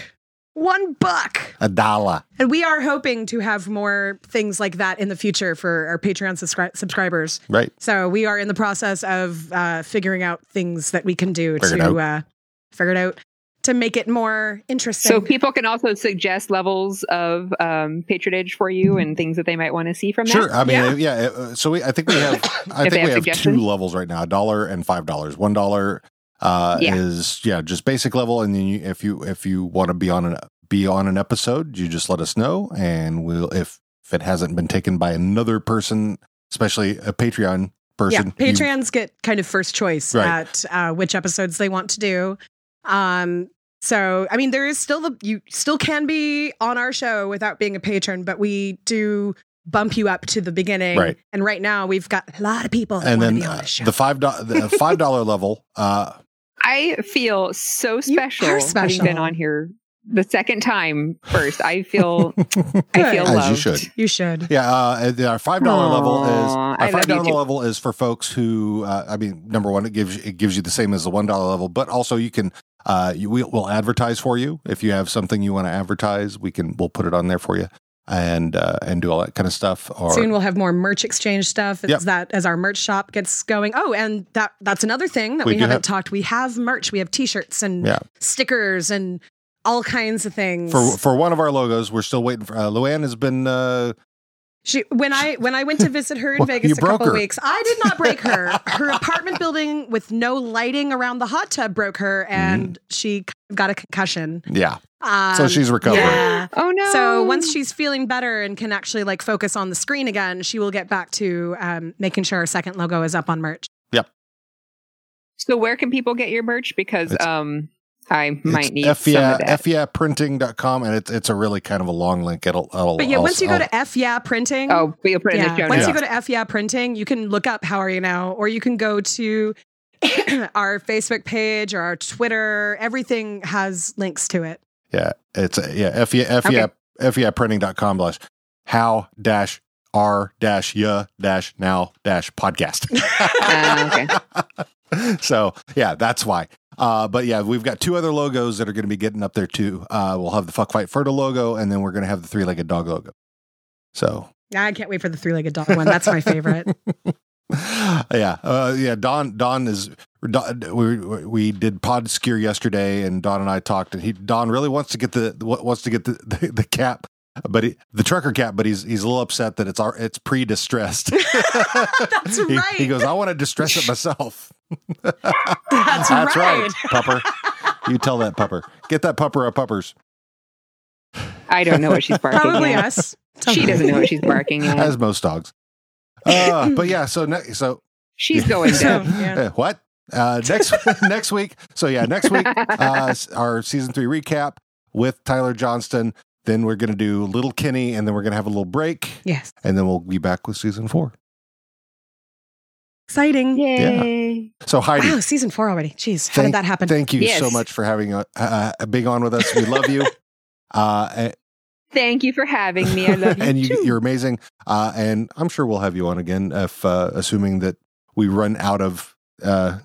S3: One buck.
S2: a dollar.
S3: And we are hoping to have more things like that in the future for our Patreon subscri- subscribers.
S2: Right.
S3: So we are in the process of uh, figuring out things that we can do
S4: Figure it
S3: to
S4: out.
S3: uh, figure it out to make it more interesting.
S4: so people can also suggest levels of um, patronage for you and things that they might want to see from
S2: Sure.
S4: that.
S2: I mean, yeah. uh, so we, I think we have, I think we
S4: If they have
S2: have two
S4: suggestions.
S2: levels right now: a dollar and five dollars. One dollar uh,
S4: Yeah.
S2: is yeah, just basic level, and then you, if you if you want to be on an be on an episode, you just let us know, and we'll if if it hasn't been taken by another person, especially a Patreon
S3: yeah,
S2: person, you-
S3: Patreons get kind of first choice
S2: Right.
S3: at uh, which episodes they want to do. Um, so I mean, there is still the you still can be on our show without being a patron, but we do bump you up to the beginning.
S2: Right.
S3: And right now, we've got a lot of people. That
S2: and
S3: wanna
S2: then
S3: be on
S2: uh,
S3: the show.
S2: the five dollar the five dollar level. Uh,
S4: I feel so special,
S3: special.
S4: having been on here the second time first. I feel I feel
S2: As
S4: loved.
S2: you should.
S3: You should.
S2: Yeah, uh, and our five dollar
S4: Aw,
S2: level is
S4: I
S2: our
S4: love
S2: five
S4: you
S2: dollar
S4: too.
S2: level is for folks who uh, I mean, number one, it gives it gives you the same as the one dollar level, but also you can uh, you, we, we'll advertise for you if you have something you want to advertise. We can we'll put it on there for you and uh, and do all that kind of stuff. Or
S3: Soon we'll have more merch exchange stuff as
S2: Yep.
S3: that as our merch shop gets going. Oh, and that that's another thing that
S2: We
S3: we,
S2: do
S3: haven't
S2: have-
S3: talked. We have merch. We have t-shirts and
S2: Yeah.
S3: stickers and all kinds of things.
S2: for for one of our logos, we're still waiting for. Uh, Luann has been. Uh,
S3: She when I when I went to visit her in
S2: Well,
S3: Vegas
S2: you
S3: a
S2: broke
S3: couple
S2: her.
S3: weeks, I did not break her. Her apartment building with no lighting around the hot tub broke her,
S2: Mm.
S3: and she got a concussion.
S2: yeah.
S3: Um,
S2: So she's recovering.
S3: Yeah.
S4: Oh no!
S3: So once she's feeling better and can actually like focus on the screen again, she will get back to um, making sure our second logo is up on merch.
S2: Yep.
S4: So where can people get your merch? Because
S2: It's-
S4: um, I
S2: It's E
S4: might need some of that.
S2: fiaprinting.com and it's it's a really kind of a long link. It'll, it'll
S3: But yeah,
S2: I'll-
S3: once you go
S2: I'll-
S3: to F Yeah Printing.
S4: Oh, but you'll put it in the show
S3: Once
S4: notes.
S3: you go to F Yeah Printing, you can look up How Are You Now, or you can go to our Facebook page or our Twitter. Everything has links to it.
S2: Yeah, it's uh, yeah, f yeah, f yeah,
S3: Okay.
S2: f E yeah, printing.com slash how dash r dash ya dash now dash podcast. so yeah, that's why. Uh, but yeah, we've got two other logos that are going to be getting up there too. Uh, we'll have the fuck fight fertile logo, and then we're going to have the three legged dog logo. So
S3: I can't wait for the three legged dog one. That's my favorite.
S2: yeah, uh, yeah. Don Don is we we did pod skier yesterday, and Don and I talked, and he Don really wants to get the wants to get the, the, the cap, but he, the trucker cap, but he's he's a little upset that it's our it's pre distressed.
S3: That's
S2: he,
S3: right.
S2: he goes, I want to distress it myself.
S3: That's, right.
S2: pupper. You tell that pupper. Get that pupper a puppers.
S4: I don't know what she's barking
S3: Probably
S4: at.
S3: us.
S4: She doesn't know what she's barking
S3: Mm-hmm.
S4: at.
S2: as most dogs. Uh, but yeah, so ne- so
S4: She's going
S2: So,
S4: down.
S2: uh, what? Uh, next next week. So yeah, next week uh, s- our season three recap with Tyler Johnston. Then we're gonna do Little Kenny, and then we're gonna have a little break,
S3: Yes.
S2: and then we'll be back with season four.
S3: Exciting.
S4: Yay.
S2: So Heidi,
S3: Wow, season four already. Jeez, how
S2: thank,
S3: did that happen?
S2: Thank you
S4: Yes.
S2: so much for having uh, uh, being on with us. We love you. Uh, and,
S4: Thank you for having me. I love you.
S2: and you,
S4: too.
S2: you're amazing. Uh, and I'm sure we'll have you on again if, uh, assuming that we run out of. Uh,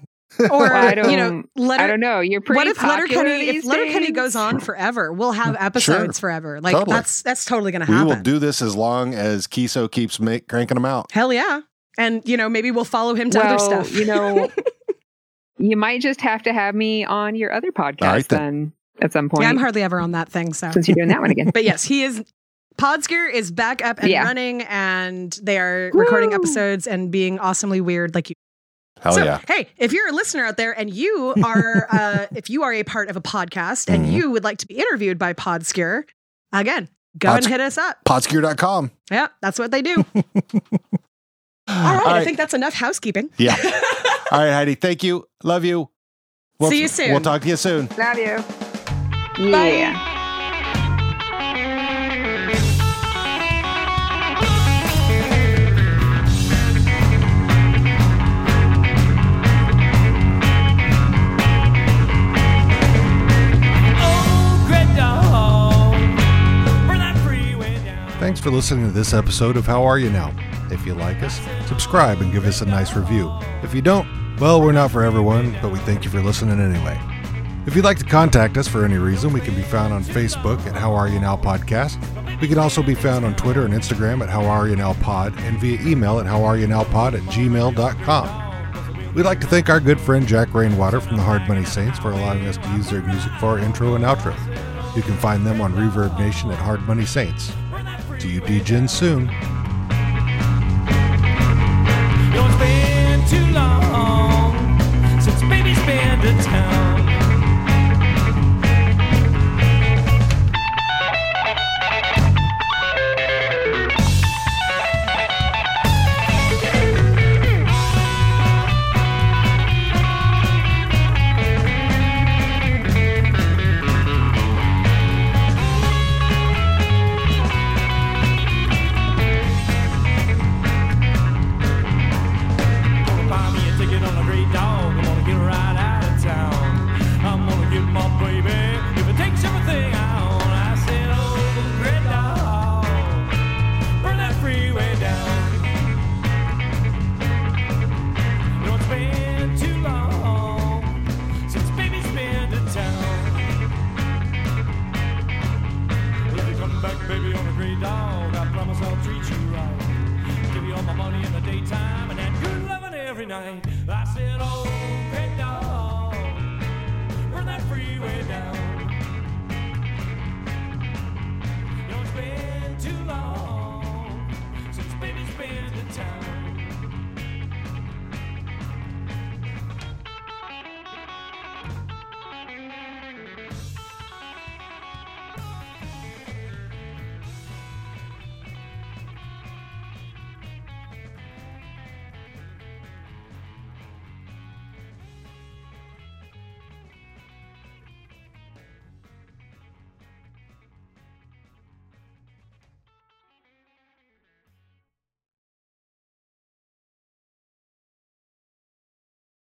S3: Or
S4: I don't,
S3: you know, letter,
S4: I don't know. You're pretty
S3: what if
S4: popular
S3: Letterkenny? If
S4: these
S3: Letterkenny
S4: days.
S3: goes on forever, we'll have episodes forever. Like
S2: Totally.
S3: that's that's totally gonna
S2: we
S3: happen.
S2: will do this as long as Kiso keeps make, cranking them out.
S3: Hell yeah! And you know, maybe we'll follow him to other
S4: Well,
S3: stuff.
S4: you know, you might just have to have me on your other podcast
S2: All right,
S4: then. at some point.
S3: yeah, I'm hardly ever on that thing. So,
S4: since you're doing that one again.
S3: but yes, he is. Podskier is back up and
S4: Yeah.
S3: running, and they are recording
S4: Woo!
S3: episodes and being awesomely weird, like you.
S2: Hell
S3: so,
S2: yeah.
S3: Hey, if you're a listener out there and you are uh, if you are a part of a podcast and
S2: Mhm.
S3: you would like to be interviewed by Podskier, again, go and
S2: Podsk-
S3: hit us up.
S2: Podskier.com.
S3: Yeah, that's what they do. All right, I think that's enough housekeeping.
S2: Yeah. All right, Heidi. Thank you. Love you. We'll,
S3: See you soon.
S2: We'll talk to you soon.
S4: Love you.
S3: Bye.
S4: Yeah.
S2: Thanks for listening to this episode of How Are You Now? If you like us, subscribe and give us a nice review. If you don't, well, we're not for everyone, but we thank you for listening anyway. If you'd like to contact us for any reason, we can be found on Facebook at How Are You Now Podcast. We can also be found on Twitter and Instagram at How Are You Now Pod and via email at How Are You Now Pod at gmail.com. We'd like to thank our good friend Jack Rainwater from the Hard Money Saints for allowing us to use their music for our intro and outro. You can find them on Reverb Nation at Hard Money Saints. See you DJs soon.
S14: No, it's been too long since baby's been to town. buy me a ticket on a great dog. I'm gonna get a ride out of town. I'm gonna get my baby if it takes everything I own. I said, oh, great dog, burn that freeway down. No, it's been too long since baby's been to town. If you come back, baby, on a great dog, I promise I'll treat you right. Give you all my money in the daytime and that good loving every night.